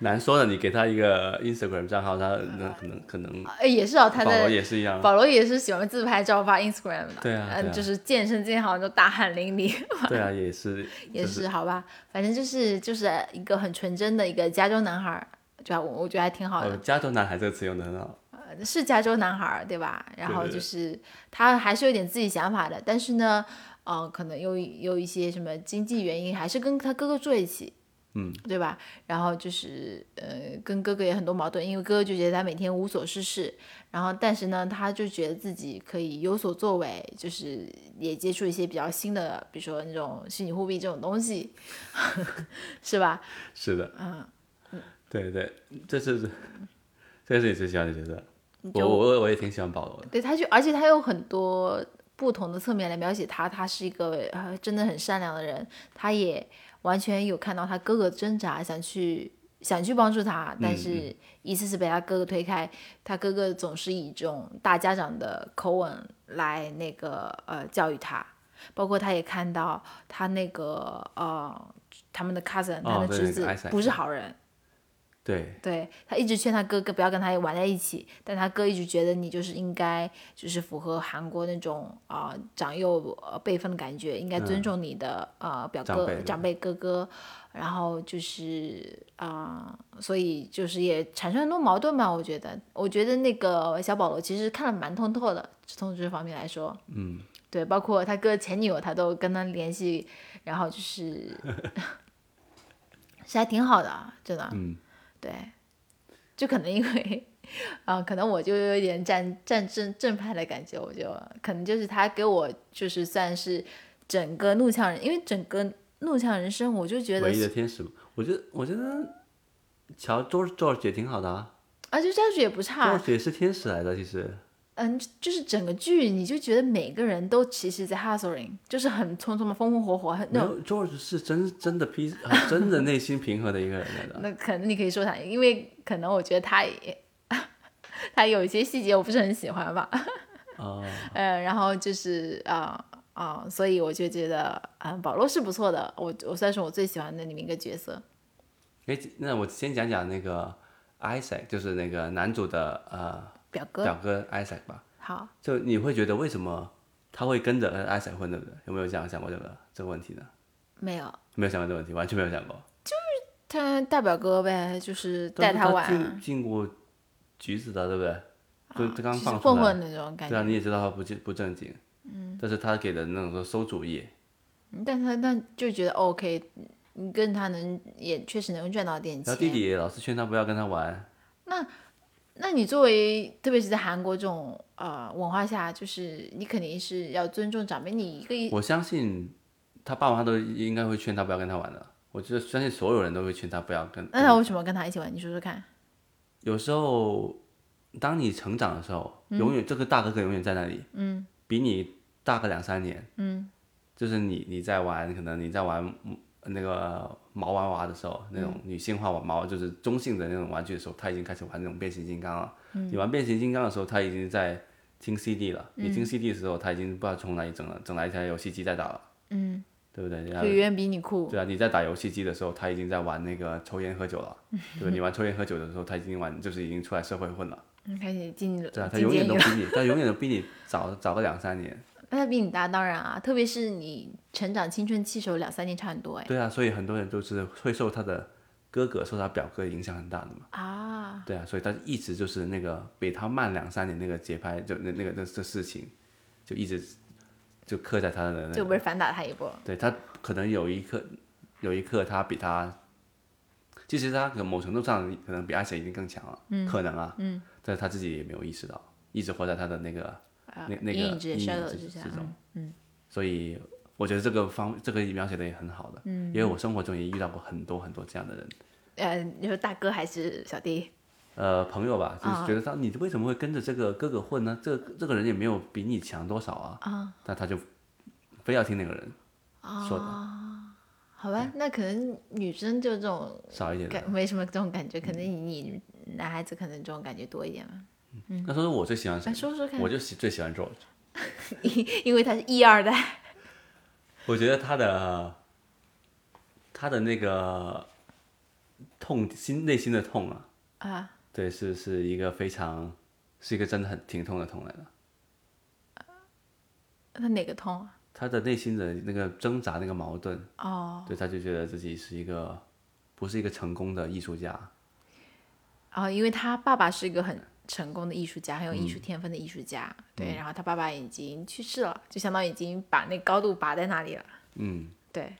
S1: 难说的，你给他一个 Instagram 账号，他那可能可能
S2: 哎，也是哦，他
S1: 保罗
S2: 的
S1: 也是一样。
S2: 保罗也是喜欢自拍照发 Instagram 的，
S1: 啊对啊对
S2: 嗯，
S1: 啊
S2: 就是健身健好就大汗淋
S1: <laughs>
S2: 漓，
S1: 对啊，也是
S2: <laughs> 也
S1: 就是
S2: 好吧，反正就是就是一个很纯真的一个加州男孩儿，就我我觉得还挺好的
S1: 哦，，加州男孩这个词用的很好。
S2: 呃是加州男孩儿对吧？然后
S1: 对对
S2: 就是他还是有点自己想法的，但是呢，呃，可能有有一些什么经济原因，还是跟他哥哥住在一起，
S1: 嗯，
S2: 对吧？然后就是呃，跟哥哥也很多矛盾，因为哥哥就觉得他每天无所事事，然后但是呢，他就觉得自己可以有所作为，就是也接触一些比较新的，比如说那种虚拟货币这种东西， <laughs> 是吧？
S1: 是的，嗯，对对，这是这是你最喜欢的角色。我我我也挺喜欢保罗的，
S2: 对，他就而且他有很多不同的侧面来描写他，他是一个呃真的很善良的人，他也完全有看到他哥哥挣扎，想去想去帮助他，
S1: 嗯
S2: 但是一次次被他哥哥推开，他哥哥总是以这种大家长的口吻来那个呃教育他，包括他也看到他那个呃他们的 cousin 他
S1: 哦
S2: 的
S1: 对
S2: 侄
S1: 那个
S2: 子
S1: 艾塞
S2: 不是
S1: 克
S2: 好人，
S1: 对，
S2: 对他一直劝他哥哥不要跟他玩在一起，但他哥一直觉得你就是应该就是符合韩国那种啊、长幼呃辈分的感觉，应该尊重你的、呃表
S1: 嗯长
S2: 哥
S1: 辈
S2: 长辈哥哥，然后就是啊、所以就是也产生很多矛盾吧。我觉得，我觉得那个小保罗其实看得蛮通透的，从这方面来说，嗯，对，包括他哥前女友，他都跟他联系，然后就是是还挺好的啊，真的。
S1: 嗯，
S2: 对，就可能因为，啊、可能我就有一点站站正正派的感觉，我就可能就是他给我就是算是整个怒呛人，因为整个怒呛人生，我就觉得
S1: 唯一的天使嘛，我觉得我觉得乔 George George 也挺好的啊
S2: 而且这样子也不差，
S1: ，George 也是天使来的，其实
S2: 嗯，就是整个剧你就觉得每个人都其实在 hustling，就是很匆匆的风风火火，很
S1: 没
S2: 那种
S1: 有 George 是真真的 peace，很真的内心平和的一个人来
S2: <laughs>
S1: 的。
S2: 那可能你可以说他，因为可能我觉得他也他有一些细节我不是很喜欢吧。
S1: <laughs> 哦，
S2: 呃，然后就是啊啊、所以我就觉得啊、保罗是不错的，我我算是我最喜欢的里面一个角色。
S1: 哎，那我先讲讲那个 Isaac，就是那个男主的呃
S2: 表哥，
S1: 表哥 Isaac 吧。
S2: 好，
S1: 就你会觉得为什么他会跟着呃 Isaac 混，对不对？有没有想想过这个这个问题呢？
S2: 没有
S1: 没有想过这个问题，完全没有想过。
S2: 他大表哥呗，就是
S1: 但
S2: 带
S1: 是他
S2: 玩，
S1: 进进过局子的，对不对？就就刚
S2: 就是
S1: 放
S2: 啊混
S1: 出来。
S2: 混那种感
S1: 对
S2: 觉。
S1: 啊，你也知道他不正不正经。嗯。但是他给的那种说馊主意，
S2: 嗯但他但就觉得 OK，你跟他能也确实能赚到点
S1: 然后弟
S2: 钱。
S1: 弟也老是劝他不要跟他玩。
S2: 那你作为，特别是在韩国这种呃文化下，就是你肯定是要尊重长辈。你一个
S1: 我相信他爸妈都应该会劝他不要跟他玩的。我觉得相信所有人都会劝他不要跟。
S2: 那他为什么跟他一起玩？你说说看。
S1: 有时候，当你成长的时候，永远、这个大哥哥永远在那里，嗯，比你大个两三年，嗯，就是你你在玩，可能你在玩嗯那个毛娃娃的时候，那种女性化玩毛就是中性的那种玩具的时候，他已经开始玩那种变形金刚了。你玩变形金刚的时候，他已经在听 CD 了。你听 CD 的时候，他已经不知道从哪里整了，整来一台游戏机在打了，嗯，对不对？然后
S2: 就远远比你酷。
S1: 对啊，你在打游戏机的时候，他已经在玩那个抽烟喝酒了， <laughs> 对吧？你玩抽烟喝酒的时候，他已经玩就是已经出来社会混了，
S2: 嗯，开始进
S1: 对
S2: <laughs>
S1: 啊，他
S2: 进
S1: 永远
S2: 监
S1: 都
S2: 狱。
S1: 比你，他永远都比你早早个两三年，
S2: 那他比你大，当然啊，特别是你成长青春期时候，两三年差很多哎。
S1: 对啊，所以很多人都是会受他的哥哥、受他表哥影响很大的嘛，
S2: 啊，
S1: 对啊，所以他一直就是那个比他慢两三年那个节拍，就那那个那这事情，就一直就刻在他的那
S2: 就
S1: 个，
S2: 不是反打他一波。
S1: 对他可能有一刻有一刻他比他，其实他可能某程度上可能比阿贤已经更强了，可能啊，嗯，但是他自己也没有意识到，一直活在他的那个、
S2: 啊
S1: 那那个
S2: 阴影之
S1: 阴影
S2: 下，
S1: 之
S2: 之下
S1: 之，
S2: 嗯
S1: 中所以我觉得这个方这个描写的也很好的，嗯，因为我生活中也遇到过很多很多这样的人，
S2: 呃，你说大哥还是小弟？
S1: 呃，朋友吧，
S2: 啊
S1: 就是觉得他、你为什么会跟着这个哥哥混呢？这这个人也没有比你强多少啊，啊，但他就非要听那个人说的、
S2: 啊好吧，那可能女生就这种
S1: 少一点的。嗯
S2: 感没什么这种感觉，可能你男孩子可能这种感觉多一点吧。
S1: 那说说我最喜欢谁
S2: 来？说说看
S1: 我，就喜最喜欢 George，
S2: <laughs> 因为他是一二代，
S1: 我觉得他的他的那个痛心内心的痛啊，
S2: 啊，
S1: 对，是是一个非常是一个真的很挺痛的痛来的。
S2: 他哪个痛啊？
S1: 他的内心的那个挣扎那个矛盾，
S2: 哦
S1: 对，他就觉得自己是一个不是一个成功的艺术家，
S2: 哦，因为他爸爸是一个很成功的艺术家，很有艺
S1: 嗯
S2: 术天分的艺术家，对，然后他爸爸已经去世了，就相当于已经把那高度拔在那里了。
S1: 嗯，
S2: 对，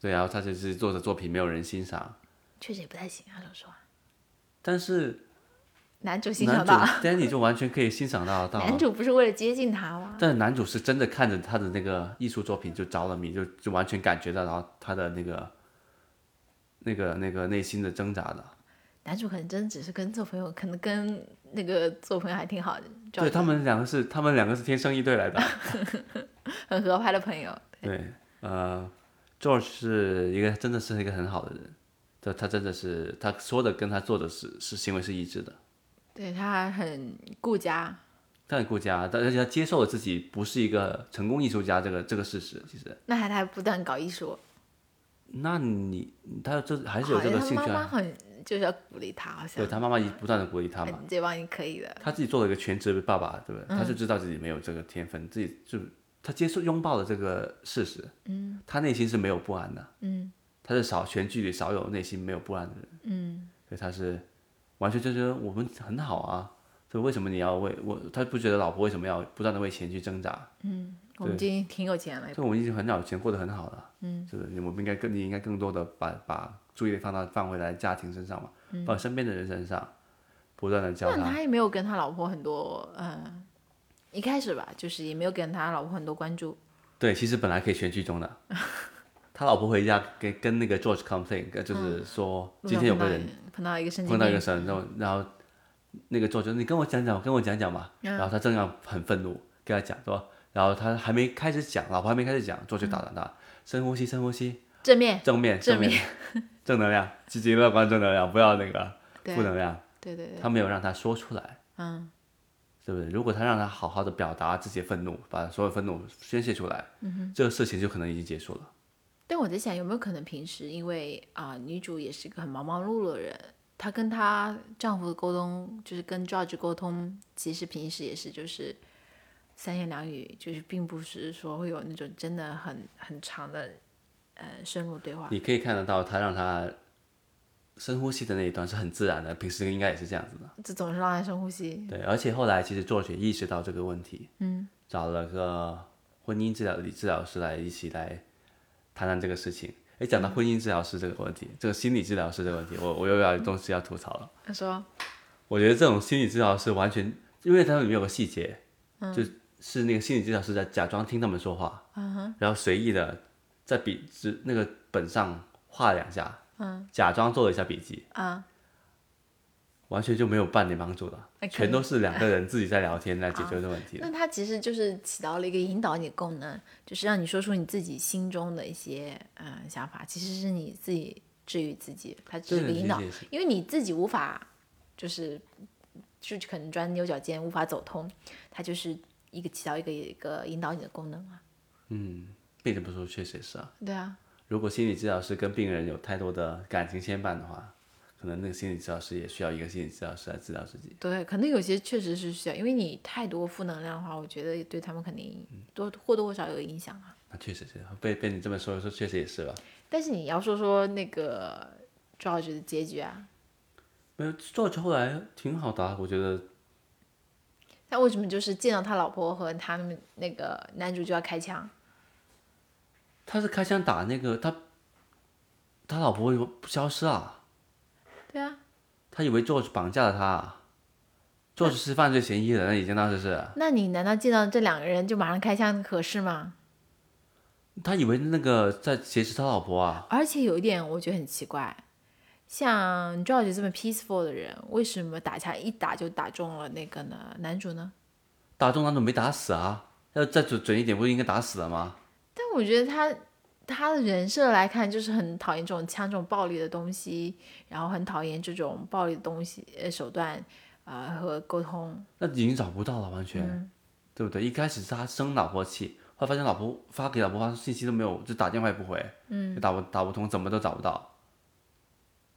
S1: 对，然后他就是做的作品没有人欣赏，
S2: 确实也不太行啊，这么说啊，
S1: 但是
S2: 男主欣
S1: 男
S2: 赏
S1: 主
S2: 到，
S1: Danny 就完全可以欣赏到到，
S2: <laughs> 男主不是为了接近他吗？
S1: 但是男主是真的看着他的那个艺术作品就着了迷，就就完全感觉到，然后他的那个那个那个内心的挣扎的。
S2: 男主可能真只是跟做朋友，可能跟那个做朋友还挺好的，就
S1: 对他们两个是他们两个是天生一对
S2: <laughs>
S1: 来的。
S2: 很合拍的朋友。
S1: 对，呃，George 是一个真的是一个很好的人，他他真的是他说的跟他做的是是行为是一致的。
S2: 对他很顾家，
S1: 他很顾家，但而且他接受了自己不是一个成功艺术家这个这个事实。其实，
S2: 那还他还不断搞艺术，
S1: 那你他这还是有
S2: 好
S1: 这个
S2: 像他
S1: 兴
S2: 妈
S1: 趣
S2: 妈
S1: 啊。
S2: 很就是要鼓励他，好像
S1: 对他妈妈一不断的鼓励他嘛，
S2: 哎你这帮你可以的，
S1: 他自己做了一个全职爸爸，对不对？他就知道自己没有这个天分，自己就他接受拥抱了这个事实，嗯，他内心是没有不安的，嗯，他是少全剧里少有内心没有不安的人，嗯，所以他是完全就是我们很好啊，所以为什么你要为我？他不觉得老婆为什么要不断的为钱去挣扎？嗯，
S2: 我们最近挺有钱了，
S1: 就我们已经很早前过得很好了，嗯，是的，我们应该更你应该更多的把把注意力放到放回来家庭身上嘛，放身边的人身上，不断的教
S2: 但
S1: 他，
S2: 他也没有跟他老婆很多，嗯，一开始吧，就是也没有跟他老婆很多关注。
S1: 对，其实本来可以选剧中
S2: <laughs>
S1: 的，他老婆回家跟跟那个 George complain，跟就是说今天有个人
S2: 嗯路上碰到碰到一个神经
S1: 碰到一
S2: 病
S1: 个，神，然后然后那个作者你跟我讲讲，跟我讲讲嘛。
S2: 嗯
S1: 然后他正要很愤怒跟他讲说，然后他还没开始讲，老婆还没开始讲，作者就打断他，深呼吸，深呼吸，
S2: 正面，
S1: 正面，
S2: 嗯哎正
S1: 面，正能量，积极乐观，正能量，不要那个
S2: 对
S1: 负能量。
S2: 对对对，
S1: 他没有让他说出来，
S2: 嗯，
S1: 对不对？如果他让他好好的表达自己的愤怒，把所有愤怒宣泄出来，
S2: 嗯
S1: 这个事情就可能已经结束了。
S2: 但我在想有没有可能平时因为啊、女主也是一个很忙忙碌碌的人，她跟她丈夫的沟通就是跟 George 沟通，其实平时也是就是三言两语，就是并不是说会有那种真的很很长的呃深入对话。
S1: 你可以看得到，他让他深呼吸的那一段是很自然的，平时应该也是这样子的。
S2: 这总是让人深呼吸，
S1: 对，而且后来其实作者意识到这个问题，嗯，找了个婚姻治疗理治疗师来一起来谈谈这个事情。哎，讲到婚姻治疗师这个问题，这个心理治疗师这个问题，我我又要东西要吐槽了。
S2: 他说
S1: 我觉得这种心理治疗师完全，因为它里面有个细节，
S2: 嗯
S1: 就是那个心理治疗师在假装听他们说话，然后随意的在笔纸那个本上画两下，
S2: 嗯
S1: 假装做了一下笔记，
S2: 啊
S1: 完全就没有半点帮助了，
S2: 哎可啊
S1: 全都是两个人自己在聊天来解决这个问题的。
S2: 那它其实就是起到了一个引导你的功能，就是让你说出你自己心中的一些嗯想法，其实是你自己治愈自己，它只是一个
S1: 对
S2: 引导
S1: 其实也是，
S2: 因为你自己无法就是就可能钻牛角尖，无法走通，它就是一个起到一个一个引导你的功能啊。
S1: 病人不说确实也是啊，
S2: 对啊，
S1: 如果心理治疗师跟病人有太多的感情牵绊的话，可能那个心理治疗师也需要一个心理治疗师来治疗自己。
S2: 对，啊可能有些确实是需要，因为你太多负能量的话，我觉得对他们肯定多或多或少有影响啊。
S1: 那确实是被被你这么说说，确实也是吧。
S2: 但是你要说说那个 George 的结局啊，
S1: 没有，作者后来挺好的啊、我觉得
S2: 他为什么就是见到他老婆和他们那个男主就要开枪？
S1: 他是开枪打那个他，他老婆有消失啊，
S2: 对啊，
S1: 他以为 George 绑架了他，George 是犯罪嫌疑人了，已经当时是，
S2: 那你难道见到这两个人就马上开枪合适吗？
S1: 他以为那个在挟持他老婆啊，
S2: 而且有一点我觉得很奇怪，像 George 这么 peaceful 的人，为什么打枪一打就打中了那个呢男主呢？
S1: 打中男主没打死啊，要再准准一点，不是应该打死了吗？
S2: 但我觉得他他的人设来看，就是很讨厌这种枪这种暴力的东西，然后很讨厌这种暴力的东西呃手段啊、呃和沟通。
S1: 那已经找不到了，完全，对不对？一开始是他生老婆气，后来发现老婆发给老婆发信息都没有，就打电话也不回，嗯，打不打不通，怎么都找不到。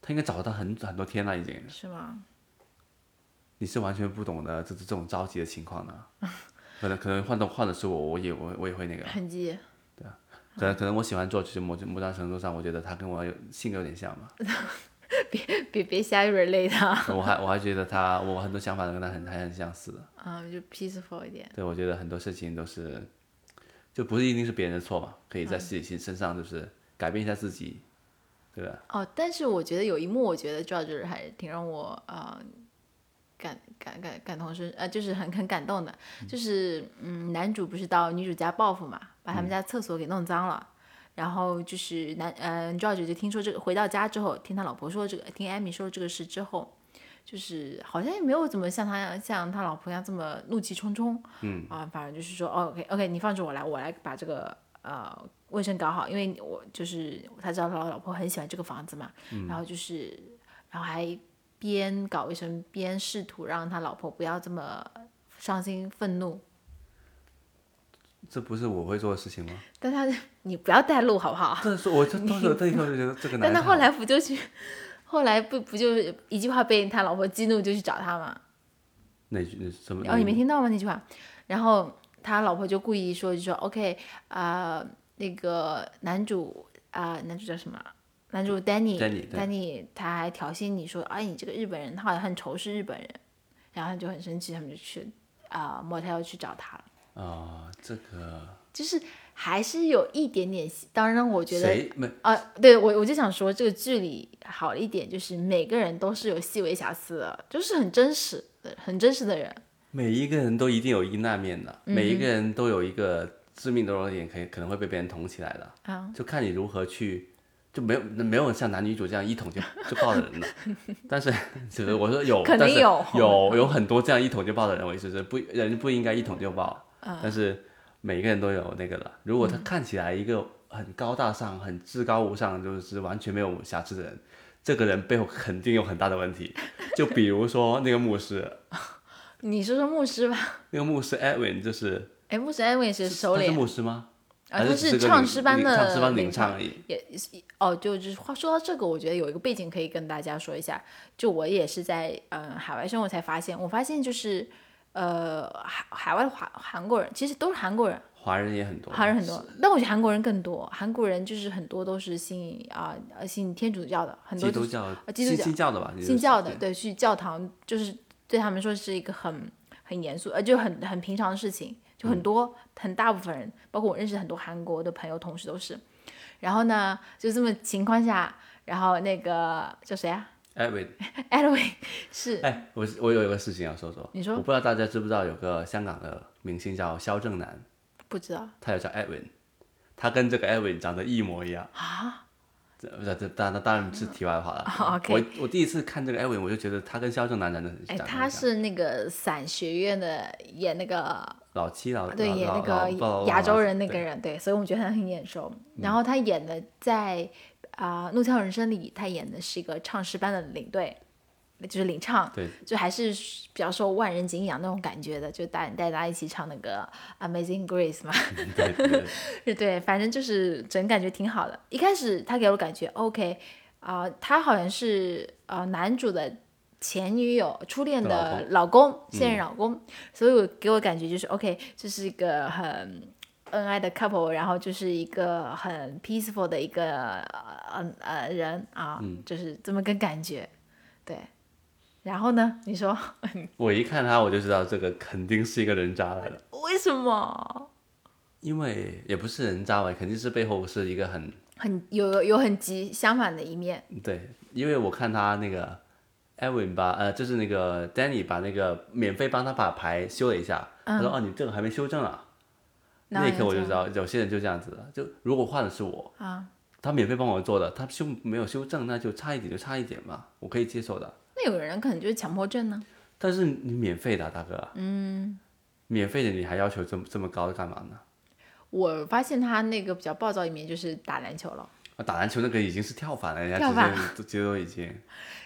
S1: 他应该找到很很多天了，已经。
S2: 是吗？
S1: 你是完全不懂的这这这种着急的情况的， <laughs> 可能可能换到换的是我，我也我我也会那个，
S2: 痕迹，
S1: 可能可能我喜欢做，其实某某种程度上，我觉得他跟我有性格有点像
S2: <laughs>
S1: 嘛，
S2: 别别瞎 relate 啊。
S1: 我还我还觉得他我很多想法都跟他很还很相似的。
S2: 啊、就 peaceful 一点。
S1: 对，我觉得很多事情都是，就不是一定是别人的错嘛，可以在
S2: 嗯
S1: 自己身身上就是改变一下自己，对吧？
S2: 哦，但是我觉得有一幕，我觉得 George 还是挺让我呃感感感感同身呃，就是很很感动的。 <laughs> 就是嗯，男主不是到女主家报复嘛，把他们家厕所给弄脏了。然后就是男，嗯、George 就听说这个，回到家之后，听他老婆说这个，听 Amy 说这个事之后，就是好像也没有怎么像他像他老婆一样这么怒气冲冲，嗯啊，反正就是说、哦、，OK OK，你放着我来，我来把这个呃卫生搞好，因为我就是他知道他老婆很喜欢这个房子嘛，
S1: 嗯
S2: 然后就是然后还边搞卫生边试图让他老婆不要这么伤心愤怒，
S1: 这不是我会做的事情吗？
S2: 但他 <laughs> 你不要带路好不好？
S1: 这是
S2: <laughs>
S1: 我就当时这一刻就觉得这个男
S2: 但
S1: 的
S2: 他后来不就去， <laughs> 后来不不就是一句话被他老婆激怒就去找他嘛，
S1: 那句什么？
S2: 哦，你没听到吗？那句话，然后他老婆就故意说，就说 OK 啊、那个男主啊、男主叫什么？男主 Danny
S1: Danny，对
S2: 他还挑衅你说，哎，你这个日本人，他好像很仇视日本人，然后他就很生气，他们就去啊、motel 去找他了。
S1: 啊、这个
S2: 就是还是有一点点。当然，我觉得
S1: 谁没
S2: 啊，对我我就想说，这个剧里好一点就是每个人都是有细微瑕疵的，就是很真实的，很真实的人。
S1: 每一个人都一定有阴暗面
S2: 嗯
S1: 的，每一个人都有一个致命的弱点，可以可能会被别人捅起来的。
S2: 啊，
S1: 就看你如何去，就没有没有像男女主这样一捅就 <laughs> 就爆的
S2: <laughs>
S1: 人的，但是只是我说有，
S2: 肯定
S1: 但是
S2: 有
S1: 有有很多这样一捅就爆的人，我意思是不人不应该一捅就爆，
S2: 啊
S1: 但是每个人都有那个的。如果他看起来一个很高大上、很至高无上，就是完全没有瑕疵的人，这个人背后肯定有很大的问题。就比如说那个牧师，
S2: 你说说牧师吧。
S1: 那个牧师 Edwin 就是
S2: 哎，牧师 Edwin 是首
S1: 他是
S2: 领
S1: 牧师吗？
S2: 啊，
S1: 还
S2: 他
S1: 是只
S2: 是
S1: 个
S2: 唱
S1: 领
S2: 诗班
S1: 领
S2: 的
S1: 唱诗班领
S2: 领
S1: 唱而已。
S2: 也哦，就就是话说到这个，我觉得有一个背景可以跟大家说一下。就我也是在嗯海外生活才发现，我发现就是呃海海外的华韩国人其实都是韩国人，
S1: 华人也很多，
S2: 韩人很多，但我觉得韩国人更多。韩国人就是很多都是信啊呃信天主教的，很多
S1: 基
S2: 就
S1: 督
S2: 是
S1: 教，
S2: 基督
S1: 信
S2: 教
S1: 信教的吧？
S2: 信教的，
S1: 对
S2: 对，去教堂就是对他们说是一个很很严肃，呃，就很很平常的事情，就很多、很大部分人，包括我认识很多韩国的朋友同事都是。然后呢，就这么情况下，然后那个叫谁啊
S1: 艾维，
S2: 艾 d w i 是
S1: 哎，我我有一个事情要说说。
S2: 你说
S1: 我不知道大家知不知道，有个香港的明星叫肖正南，
S2: 不知道
S1: 他也叫艾文，他跟这个艾文长得一模一样。
S2: 啊？
S1: 这这这当然当然是题外话了。
S2: 哦，OK
S1: 我我第一次看这个艾文，我就觉得他跟肖正南长得很长
S2: 哎，
S1: 得很
S2: 他
S1: 像。
S2: 是那个伞学院的，演那个
S1: 老七老
S2: 啊对，
S1: 老
S2: 演那
S1: 老老
S2: 个
S1: 老
S2: 亚洲
S1: 老
S2: 人那个
S1: 对嗯
S2: 人，对，所以我们觉得他很眼熟。然后他演的在啊《怒跳人生》里，他演的是一个唱诗班的领队，就是领唱，
S1: 对
S2: 就还是比较受万人景仰那种感觉的，就带带大家一起唱那个《Amazing Grace》嘛，
S1: 对对对
S2: 是对，反正就是整感觉挺好的。一开始他给我感觉 OK，啊、他好像是呃男主的前女友、初恋
S1: 的老
S2: 的老公，嗯现任老公，所以我给我感觉就是 OK，就是一个很恩爱的 couple，然后就是一个很 peaceful 的一个呃呃人啊，就是这么个感觉，对。然后呢？你说
S1: 我一看他我就知道这个肯定是一个人渣来的，
S2: <laughs> 为什么？
S1: 因为也不是人渣吧，肯定是背后是一个很
S2: 很有有很极相反的一面，
S1: 对，因为我看他那个 Evan 把呃，就是那个 Danny 把那个免费帮他把牌修了一下，他说：“哦，你这个还没修正啊。”
S2: 哪
S1: 那一
S2: 有
S1: 刻我
S2: 这
S1: 就
S2: 样
S1: 知道，有些人就这样子的。就如果换的是我啊，他免费帮我做的，他修没有修正，那就差一点就差一点嘛，我可以接受的。
S2: 那有人可能就是强迫症呢。
S1: 但是你免费的啊、大哥，嗯，免费的你还要求这么这么高干嘛呢？
S2: 我发现他那个比较暴躁一面就是打篮球了，
S1: 啊，打篮球那个已经是跳反了，人家
S2: 跳反
S1: 直接都直接都已经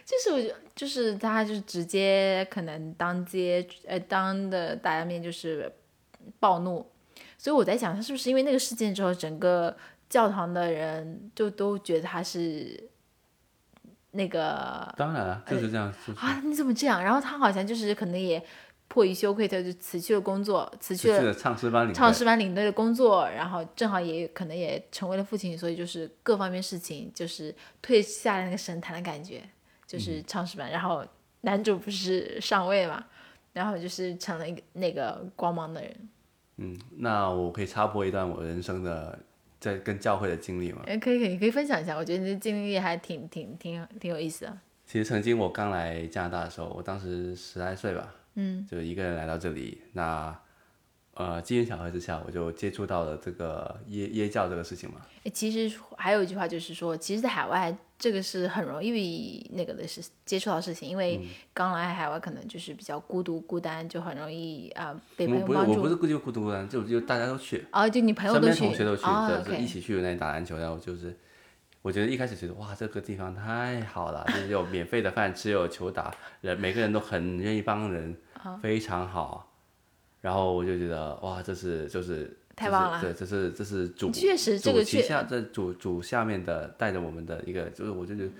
S2: 就是我就就是他就是直接可能当街呃当的打家面就是暴怒，所以我在想他是不是因为那个事件之后，整个教堂的人就都觉得他是那个
S1: 当然了，就是这样，就是
S2: 啊你怎么这样？然后他好像就是可能也迫于羞愧，他就辞去了工作，辞去
S1: 就
S2: 了
S1: 是唱诗班领
S2: 唱
S1: 队。
S2: 诗班领队的工作，然后正好也可能也成为了父亲，所以就是各方面事情就是退下来那个神坛的感觉，就是
S1: 嗯
S2: 唱诗班。然后男主不是上位嘛，然后就是成了一个那个光芒的人，
S1: 嗯，那我可以插播一段我人生的在跟教会的经历吗？
S2: 哎，可以可以可以分享一下，我觉得你的经历还挺挺挺挺有意思的。
S1: 其实曾经我刚来加拿大的时候，我当时十来岁吧，嗯，就一个人来到这里。那呃，机缘巧合之下，我就接触到了这个耶耶教这个事情嘛。
S2: 哎其实还有一句话就是说，其实，在海外这个是很容易那个的事接触到的事情，因为
S1: 嗯
S2: 刚来海外可能就是比较孤独孤单，就很容易啊、呃被朋
S1: 我
S2: 友
S1: 不是
S2: 帮
S1: 我
S2: 助
S1: 不。是孤独孤独的，就就大家都去，
S2: 哦，就你朋友
S1: 身
S2: 都
S1: 边
S2: 去，
S1: 同学都去，
S2: 哦
S1: 就就一
S2: ，OK，
S1: 起去那里打篮球，然后就是。我觉得一开始觉得哇，这个地方太好了，就是有免费的饭吃，又有球打，人每个人都很愿意帮人，
S2: 哦
S1: 非常好。然后我就觉得哇，这是就是
S2: 太棒了
S1: 这是对，这是这是主
S2: 确实这
S1: 主
S2: 个
S1: 旗
S2: 确
S1: 下这主主下面的带着我们的一个，就是我就觉得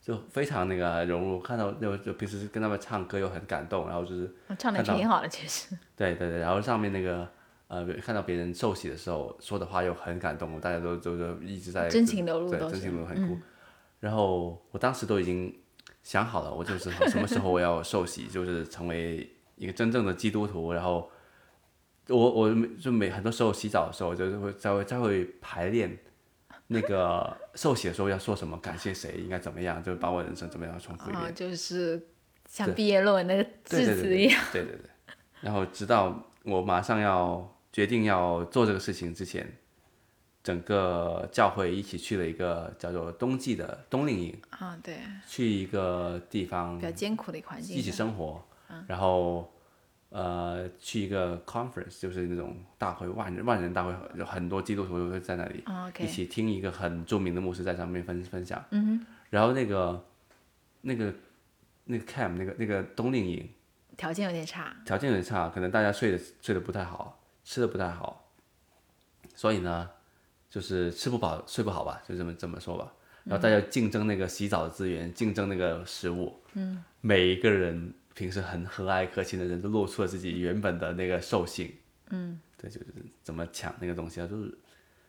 S1: 就非常那个融入，看到就就平时跟他们唱歌又很感动，然后就是
S2: 我唱的
S1: 看到
S2: 挺好的，确实。
S1: 对对对，然后上面那个呃，看到别人受洗的时候说的话又很感动，大家都都都一直在
S2: 真情流露
S1: 对，
S2: 都
S1: 真
S2: 是嗯
S1: 情流露很哭。然后我当时都已经想好了，我就是什么时候我要受洗，就是成为一个真正的基督徒，然后我我就每很多时候洗澡的时候，就是会再会再会排练那个受洗的时候要说什么，感谢谁，应该怎么样，就把我人生怎么样重复一遍。
S2: 啊，就是像毕业论文的
S1: 对对
S2: 致
S1: 对
S2: 辞
S1: 对
S2: 一样。
S1: 对对对。然后直到我马上要决定要做这个事情之前，整个教会一起去了一个叫做冬季的冬令营，
S2: 啊，对，
S1: 去一个地方
S2: 比较艰苦的一个环
S1: 嗯
S2: 境嗯
S1: 一起
S2: 下
S1: 生活，然后呃去一个 conference，就是那种大会，万人万人大会，有很多基督徒都会在那里
S2: 啊
S1: 一
S2: ，OK，
S1: 起听一个很著名的牧师在上面分分享。嗯然后那个那个那个 camp 那个那个冬令营
S2: 条件有点差，
S1: 条件有点差，可能大家睡的睡得不太好，吃的不太好，所以呢就是吃不饱睡不好吧，就这么这么说吧。然后大家竞争那个洗澡的资源，竞争那个食物。嗯，每一个人平时很和蔼可亲的人，都露出了自己原本的那个兽性。嗯，对，就是怎么抢那个东西啊，就是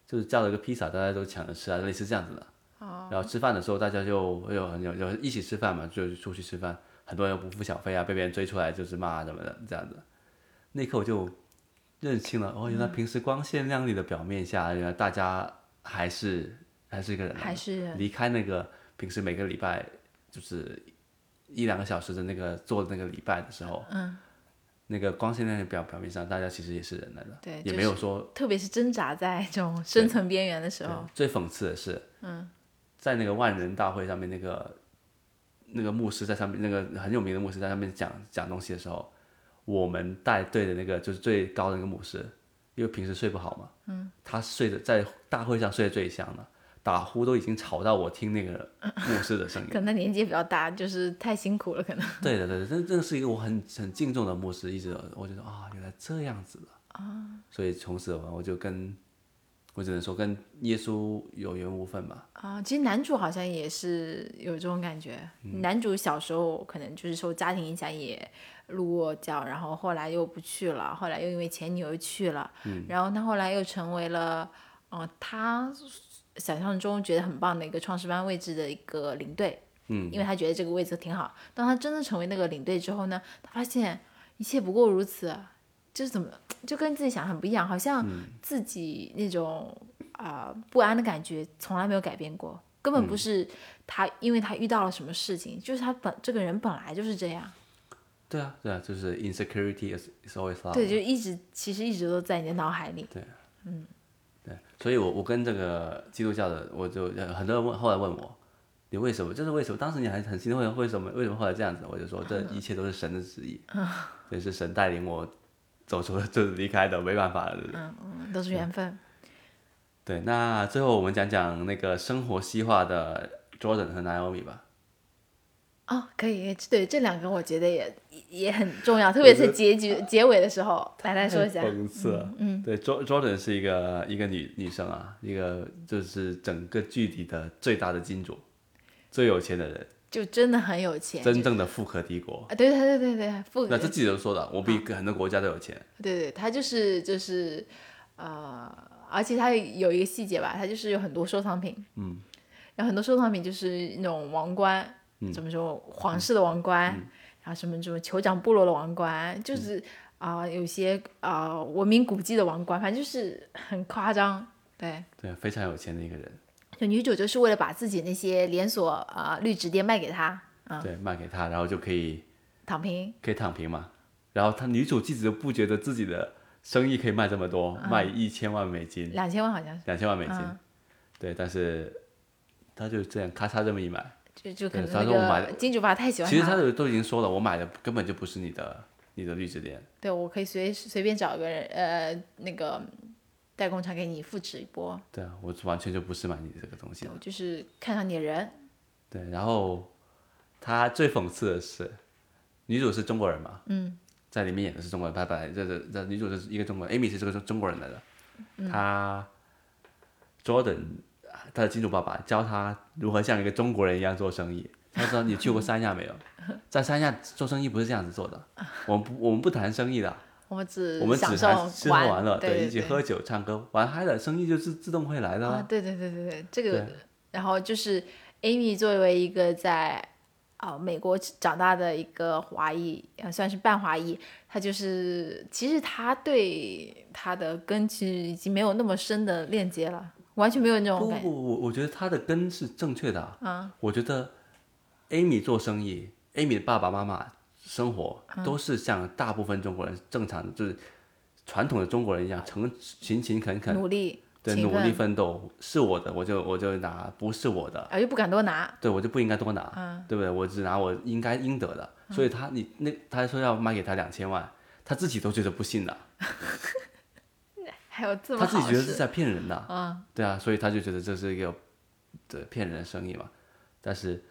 S1: 就是叫了个披萨，大家都抢着吃啊，类似这样子的。哦。然后吃饭的时候，大家就会有很有有一起吃饭嘛，就出去吃饭，很多人不付小费啊，被别人追出来就是骂啊什么的这样子。那一刻我就认清了，哦，原来平时光鲜亮丽的表面下，原来大家还是还是一个人啊。
S2: 还是
S1: 离开那个平时每个礼拜就是一两个小时的那个做的那个礼拜的时候，嗯，那个光鲜亮丽的表表面上，大家其实也是人来的，
S2: 对
S1: 也
S2: 就
S1: 没有说
S2: 特别是挣扎在这种生存边缘的时候，
S1: 最讽刺的是，哦嗯，在那个万人大会上面，那个那个牧师在上面，那个很有名的牧师在上面讲讲东西的时候，我们带队的那个就是最高的那个牧师，因为平时睡不好嘛，嗯，他睡的在大会上睡得最香的，打呼都已经吵到我听那个牧师的声音。
S2: 可能他年纪比较大，就是太辛苦了，可能。
S1: 对的，对的，这这是一个我很很敬重的牧师，一直我觉得啊，原来这样子的啊，所以从此我我就跟，我只能说跟耶稣有缘无分吧。
S2: 啊，其实男主好像也是有这种感觉。男主小时候可能就是受家庭影响也入过教，然后后来又不去了，后来又因为前女友又去了，然后他后来又成为了，呃，他想象中觉得很棒的一个创始班位置的一个领队，嗯，因为他觉得这个位置挺好。当他真的成为那个领队之后呢，他发现一切不过如此，就是怎么就跟自己想很不一样，好像自己那种啊、不安的感觉从来没有改变过，根本
S1: 嗯
S2: 不是他，因为他遇到了什么事情，就是他本这个人本来就是这样，
S1: 对啊，对啊，就是 insecurity is is always loud。
S2: 对，就一直其实一直都在你的脑海里，
S1: 对，所以我我跟这个基督教的，我就呃很多人问，后来问我，你为什么？这是为什么？当时你还很心痛，为什么？为什么后来这样子？我就说，这一切都是神的旨意，对，是神带领我走出了，就是离开的，没办法了。对
S2: 嗯嗯，都是缘分。
S1: 对，那最后我们讲讲那个生活西化的 Jordan 和 Naomi 吧。
S2: 哦，可以，对这两个我觉得也也很重要，特别是结局结尾的时候，来来说一
S1: <laughs>
S2: 下
S1: 太，讽刺了。嗯，对，Jo-，Jordan 是一个一个女女生啊，一个就是整个剧里的最大的金主，最有钱的人，
S2: 就真的很有钱，
S1: 真正的富可敌国。
S2: 啊，对对对对对，富
S1: 那这记者都说的，我比很多国家都有钱。
S2: 对对，他就是就是，呃，而且他有一个细节吧，他就是有很多收藏品，嗯，然后很多收藏品就是那种王冠，
S1: 嗯
S2: 怎么说皇室的王冠，然后什么什么酋长部落的王冠，
S1: 嗯
S2: 就是啊、有些啊、文明古迹的王冠，反正就是很夸张，对。
S1: 对，非常有钱的一个人，
S2: 就女主就是为了把自己那些连锁啊、呃绿植店卖给他，
S1: 对，卖给他，然后就可以
S2: 躺平，
S1: 可以躺平嘛。然后他女主记者不觉得自己的生意可以卖这么多，
S2: 啊
S1: 卖一千万美金，
S2: 两千万好像
S1: 两千万美金，对，但是他就这样咔嚓这么一买，
S2: 就就可
S1: 对
S2: 能
S1: 他
S2: 那
S1: 说我买
S2: 个金主爸太喜欢
S1: 其实
S2: 他
S1: 他
S2: 了，
S1: 都都已经说了，我买的根本就不是你的你的绿植店，
S2: 对我可以随随便找个人呃那个代工厂给你复制一波，
S1: 对啊，我完全就不是买你这个东西
S2: 对我就是看上你的人，
S1: 对，然后他最讽刺的是，女主是中国人嘛，嗯，在里面演的是中国人，她本来这这这女主是一个中国人，Amy 是这个中中国人来的，
S2: 嗯
S1: 她 Jordan 他的金主爸爸教他如何像一个中国人一样做生意。他说：“你去过三亚没有？在三亚做生意不是这样子做
S2: <laughs>
S1: 的，我们不我们不谈生意的，
S2: 我们只
S1: 我们只
S2: 呃享
S1: 谈
S2: 受
S1: 吃喝玩乐，
S2: 对对啊
S1: 一起喝酒唱歌，玩嗨了，生意就自自动会来的啦。啊
S2: 啊，对对对对对，这个，然后就是 Amy 作为一个在啊、美国长大的一个华裔，呃，算是半华裔，他就是其实他对他的根其实已经没有那么深的链接了，完全没有那种
S1: 不
S2: 感
S1: 不
S2: 觉。
S1: 不，我我觉得他的根是正确的啊。
S2: 嗯
S1: 我觉得 Amy 做生意，Amy 的爸爸妈妈生活
S2: 嗯
S1: 都是像大部分中国人正常的，就是传统的中国人一样，诚勤勤恳恳，
S2: 努力，
S1: 对，
S2: 勤
S1: 努力
S2: 奋，
S1: 奋斗。是我的，我就我就拿；不是我的，
S2: 啊，又不敢多拿，
S1: 对我就不应该多拿，
S2: 嗯
S1: 对不对？我只拿我应该应得的。所以他你那他说要卖给他两千万，他自己都觉得不信的，
S2: 还有这么
S1: 他自己
S2: 好
S1: 觉得是
S2: 事，嗯
S1: 在骗人的，对啊，所以他就觉得这是一个对骗人的生意嘛。但是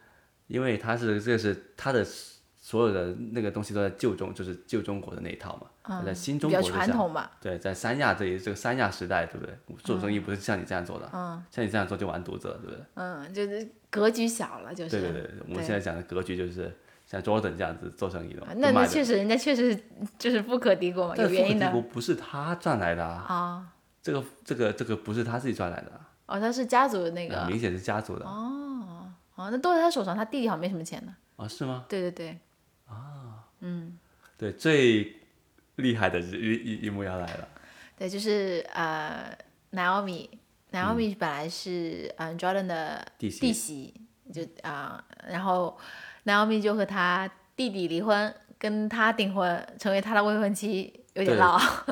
S1: 因为他是这是他的所有的那个东西都在旧中，就是旧中国的那一套嘛，他在新中
S2: 啊嗯
S1: 国
S2: 比较
S1: 就
S2: 传
S1: 想
S2: 统嘛，
S1: 对，在三亚这里，这个三亚时代，对不对？做生意不是像你这样做的，像你这样做就完犊子了，对不对？
S2: 嗯，就是格局小了，就是。
S1: 对对对，我们现在讲的格局就是像 Jordan 这样子做生意的嘛
S2: 啊，那
S1: 就
S2: 那
S1: 卖的
S2: 确实，人家确实就是不可敌国嘛，
S1: 但
S2: 有
S1: 富
S2: 原
S1: 可
S2: 因
S1: 敌
S2: 的
S1: 国不是他赚来的啊，
S2: 啊。
S1: 这个这个这个不是他自己赚来的啊，
S2: 哦，他是家族的那个
S1: 很明显是家族的啊
S2: 哦，那都在他手上，他弟弟好像没什么钱呢。
S1: 是吗？
S2: 对对对，
S1: 对，最厉害的一一一幕要来了，
S2: 对，就是呃，Naomi。Naomi 本来是嗯 Jordan 的
S1: 弟媳
S2: 弟媳，就啊、然后 Naomi 就和他弟弟离婚，跟他订婚，成为他的未婚妻，有点
S1: 对
S2: 绕啊。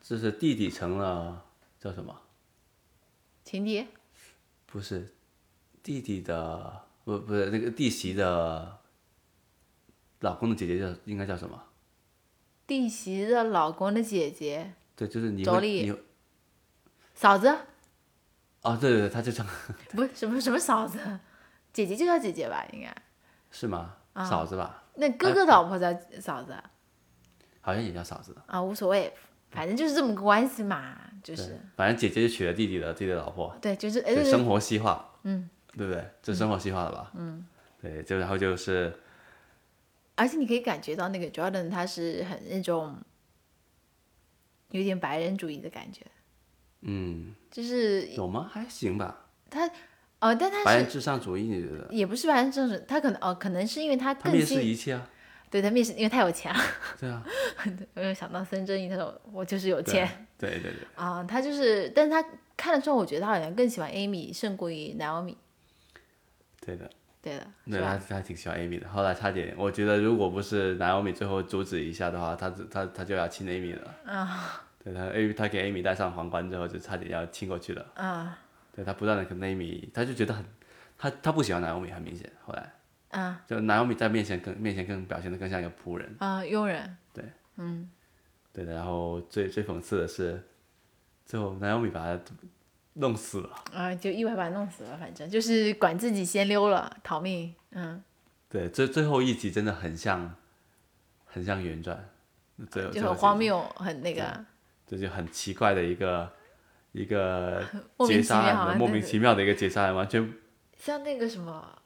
S1: 这是弟弟成了叫什么？
S2: <laughs> 情敌
S1: 不是弟弟的，不不是那个弟媳的老公的姐姐叫应该叫什么？
S2: 弟媳的老公的姐姐，
S1: 对，就是你会
S2: 妯娌
S1: 你会
S2: 嫂子
S1: 啊，对对对，他就成
S2: 不是什么什么嫂子，姐姐就叫姐姐吧，应该。
S1: 是吗？
S2: 啊
S1: 嫂子吧，
S2: 那哥哥的老婆叫嫂子
S1: 好像也叫嫂子，
S2: 啊，无所谓，反正就是这么个关系嘛，就是
S1: 反正姐姐就娶了弟弟的弟弟的老婆，
S2: 对，就是哎，
S1: 就
S2: 对
S1: 生活西化，嗯，对不对？这生活西化了吧？嗯，对，就然后就是
S2: 而且你可以感觉到那个 Jordan 他是很那种有点白人主义的感觉，
S1: 嗯，
S2: 就是
S1: 有吗？还行吧，
S2: 哦，但他
S1: 白
S2: 是
S1: 人至上主义，你觉得？
S2: 也不是白人政治，他可能哦，可能是因为他
S1: 他
S2: 更
S1: 们也
S2: 信
S1: 是一切啊，
S2: 对他面试，因为太有钱了，
S1: 对啊，
S2: <laughs> 我有想到孙正义，他说我就是有
S1: 对
S2: 钱。
S1: 对对对，
S2: 啊、他就是，但是他看了之后，我觉得他好像更喜欢 Amy 胜过于 Naomi，
S1: 对的。
S2: 对的，
S1: 对
S2: 是吧？
S1: 他，他挺喜欢 Amy 的。后来差点，我觉得如果不是 Naomi 最后阻止一下的话，他只他他就要亲 Amy 了。啊、对他 Amy，他给 Amy 戴上皇冠之后，就差点要亲过去了。啊、对他不断的跟 Amy，他就觉得很，他他不喜欢 Naomi，很明显。后来，啊、就 Naomi 在面前更面前更表现的更像一个仆人。
S2: 啊、佣人，
S1: 对的，然后最最讽刺的是，最后 Naomi 把他弄死了。
S2: 啊、就意外把他弄死了，反正就是管自己先溜了，逃命，嗯，
S1: 对，最最后一集真的很像，很像原传。最后
S2: 就
S1: 最后
S2: 很
S1: 这
S2: 荒谬，很那个，
S1: 这就很奇怪的一个一个
S2: <laughs> 莫名
S1: 劫
S2: 其
S1: 杀
S2: 妙
S1: 案
S2: 啊
S1: 的，莫名
S2: 那个
S1: 其妙的一个劫杀案，完全
S2: 像那个什么，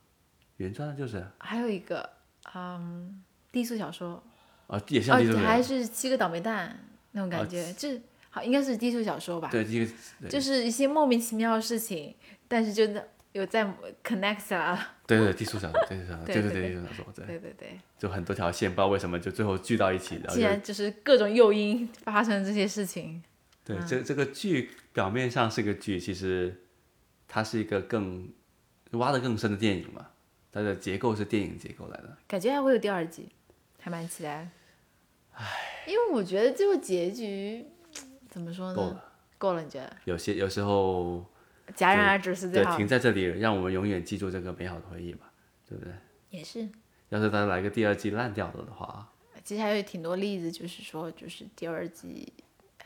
S1: 原创的就是
S2: 还有一个，嗯，低俗小说，
S1: 啊，也
S2: 哦
S1: 像这，种
S2: 还
S1: 人，
S2: 是七个倒霉蛋那种感觉，这好应该是低俗小说吧，
S1: 啊对，这个
S2: 就是一些莫名其妙的事情，但是就有在 connect 起来了，
S1: 对对低俗小说，低俗小说，
S2: 对
S1: 对
S2: 对
S1: 对
S2: 对
S1: 低俗小说，对，
S2: 对对对。
S1: 就很多条线，不知道为什么就最后聚到一起，然后
S2: 竟
S1: 就
S2: 然就是各种诱因发生这些事情，
S1: 对这这个剧表面上是个剧，其实它是一个更挖的更深的电影嘛，它的结构是电影结构来的，
S2: 感觉还会有第二季，还蛮期待。唉，因为我觉得最后结局怎么说呢？
S1: 够
S2: 够了，够了，你觉得？
S1: 有些有时候
S2: 戛然而止是最
S1: 对
S2: 好的，
S1: 停在这里，让我们永远记住这个美好的回忆吧，对不对？
S2: 也是。
S1: 要是他来个第二季烂掉了的话，啊
S2: 其实还有挺多例子，就是说，就是第二季，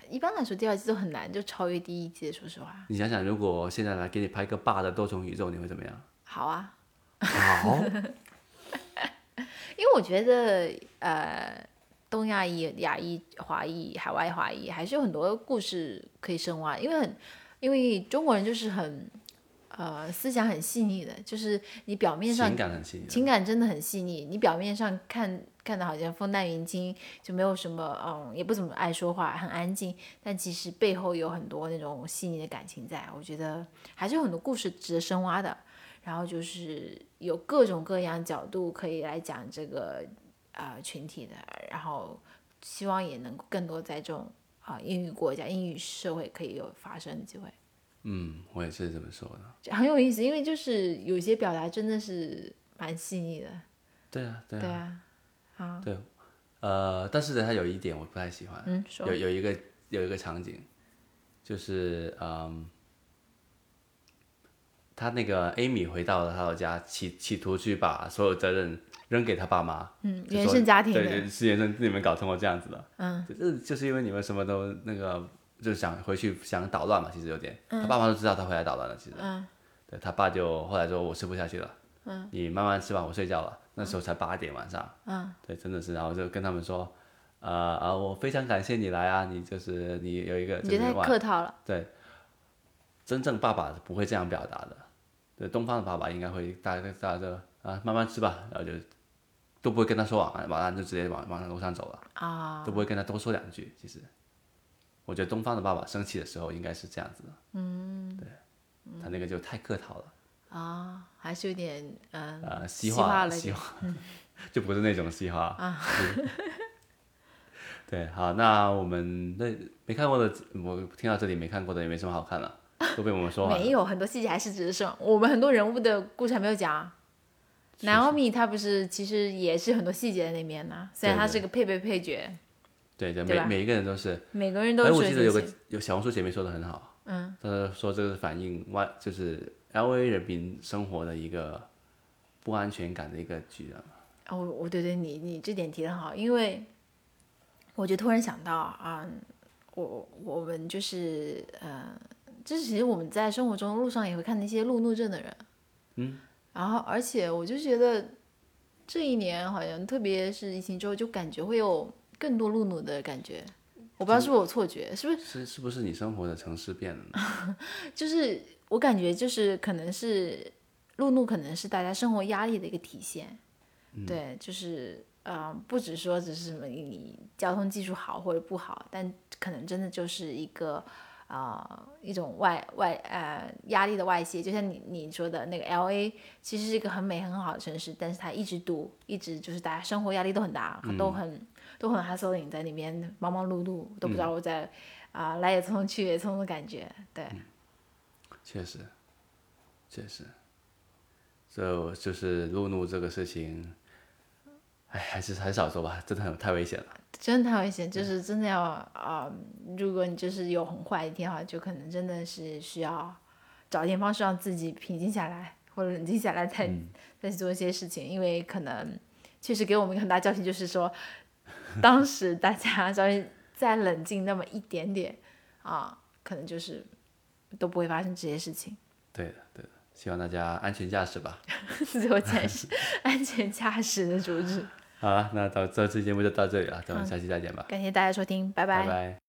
S2: 一般来说第二季都很难就超越第一季的。说实话，
S1: 你想想，如果现在来给你拍个霸的多重宇宙，你会怎么
S2: <laughs>
S1: 样？
S2: 好啊，
S1: 好，
S2: 因为我觉得呃，东亚裔、亚裔、华裔、海外华裔还是有很多故事可以深挖，因为很，因为中国人就是很，呃，思想很细腻的，就是你表面上
S1: 情感很细腻的，
S2: 情感真的很细腻，你表面上看看的好像风淡云轻，就没有什么，嗯，也不怎么爱说话，很安静，但其实背后有很多那种细腻的感情在，我觉得还是有很多故事值得深挖的。然后就是有各种各样角度可以来讲这个啊、呃群体的，然后希望也能更多在这种啊、英语国家、英语社会可以有发声的机会。
S1: 嗯，我也是这么说的。
S2: 这很有意思，因为就是有些表达真的是蛮细腻的，
S1: 对啊，对
S2: 对
S1: 啊，
S2: 啊，
S1: 对。呃，但是呢，它有一点我不太喜欢，
S2: 嗯，说
S1: 有有一个有一个场景，就是嗯，他那个 Amy 回到了他老家，企企图去把所有责任扔给他爸妈，
S2: 嗯，
S1: 就
S2: 原
S1: 说
S2: 生家庭
S1: 对
S2: 的，
S1: 对，是原生你们搞成我这样子的，
S2: 嗯，
S1: 这这就是因为你们什么都那个，就是想回去想捣乱嘛，其实有点，他爸妈都知道他回来捣乱了，其实，
S2: 嗯，
S1: 对他爸就后来说我吃不下去了，嗯，你慢慢吃吧，我睡觉了，那时候才八点晚上，嗯，对，真的是，然后就跟他们说，呃啊，我非常感谢你来啊，你就是你有一个
S2: 你
S1: 就
S2: 觉得
S1: 是
S2: 太
S1: 晚
S2: 客套了，
S1: 对，真正爸爸不会这样表达的。对，东方的爸爸应该会大家大家就啊慢慢吃吧，然后就都不会跟他说晚安，晚安就直接往往楼上走了啊，都不会跟他多说两句。其实，我觉得东方的爸爸生气的时候应该是这样子的。嗯，对，他那个就太客套了，
S2: 啊，还是有点嗯
S1: 呃，西
S2: 西化
S1: 化
S2: 了
S1: 西
S2: 点 <laughs>
S1: 化， <laughs> 就不是那种西化啊。对，好，那我们那没看过的，我听到这里没看过的也没什么好看了，都被我们说完了
S2: 没。有很多细节还是只是说我们很多人物的故事还没有讲啊。Naomi 她不是其实也是很多细节在那边呢，虽然
S1: 对
S2: 她
S1: 对
S2: 是个配备配角，
S1: 对对，
S2: 对吧
S1: 每每一个人都是。
S2: 每个人都
S1: 哎，
S2: 是
S1: 我
S2: 水
S1: 记得有
S2: 星
S1: 个
S2: 星
S1: 有小红书姐妹说的很好，嗯，她说这是反映外就是 L A 人民生活的一个不安全感的一个剧啊。
S2: 哦，我对对你你这点提的很好，因为我就突然想到啊，我我们就是呃，就是其实我们在生活中路上也会看那些路怒症的人，
S1: 嗯，
S2: 然后而且我就觉得这一年好像特别是疫情之后，就感觉会有更多路怒的感觉，我不知道是不是我错觉，是不是？
S1: 是是不是你生活的城市变了呢？
S2: 就是我感觉就是可能是路怒，可能是大家生活压力的一个体现。对，就是呃，不只说只是什么你交通技术好或者不好，但可能真的就是一个。啊、一种外外呃压力的外泄，就像你你说的那个 L A，其实是一个很美很好的城市，但是它一直堵，一直就是大家生活压力都很大，都很都很 hustling，在那边忙忙碌碌，都不知道我在啊、来也匆匆去也匆匆的感觉，对。
S1: 确实，确实，就就是路怒这个事情，哎，还是很少说吧，真的很太危险了。
S2: 真的太危险，就是真的要啊、如果你就是有很坏一天的话，就可能真的是需要找一点方式让自己平静下来，或者冷静下来再、
S1: 嗯
S2: 再去做一些事情，因为可能确实给我们一个很大教训，就是说当时大家稍微再冷静那么一点点啊、可能就是都不会发生这些事情。 <laughs>
S1: 对的，对的，希望大家安全驾驶吧。
S2: 自由潜是安全驾驶的主旨。
S1: 好了，那到这期节目就到这里了，咱们下期再见吧，
S2: 感谢大家收听，
S1: 嗯拜拜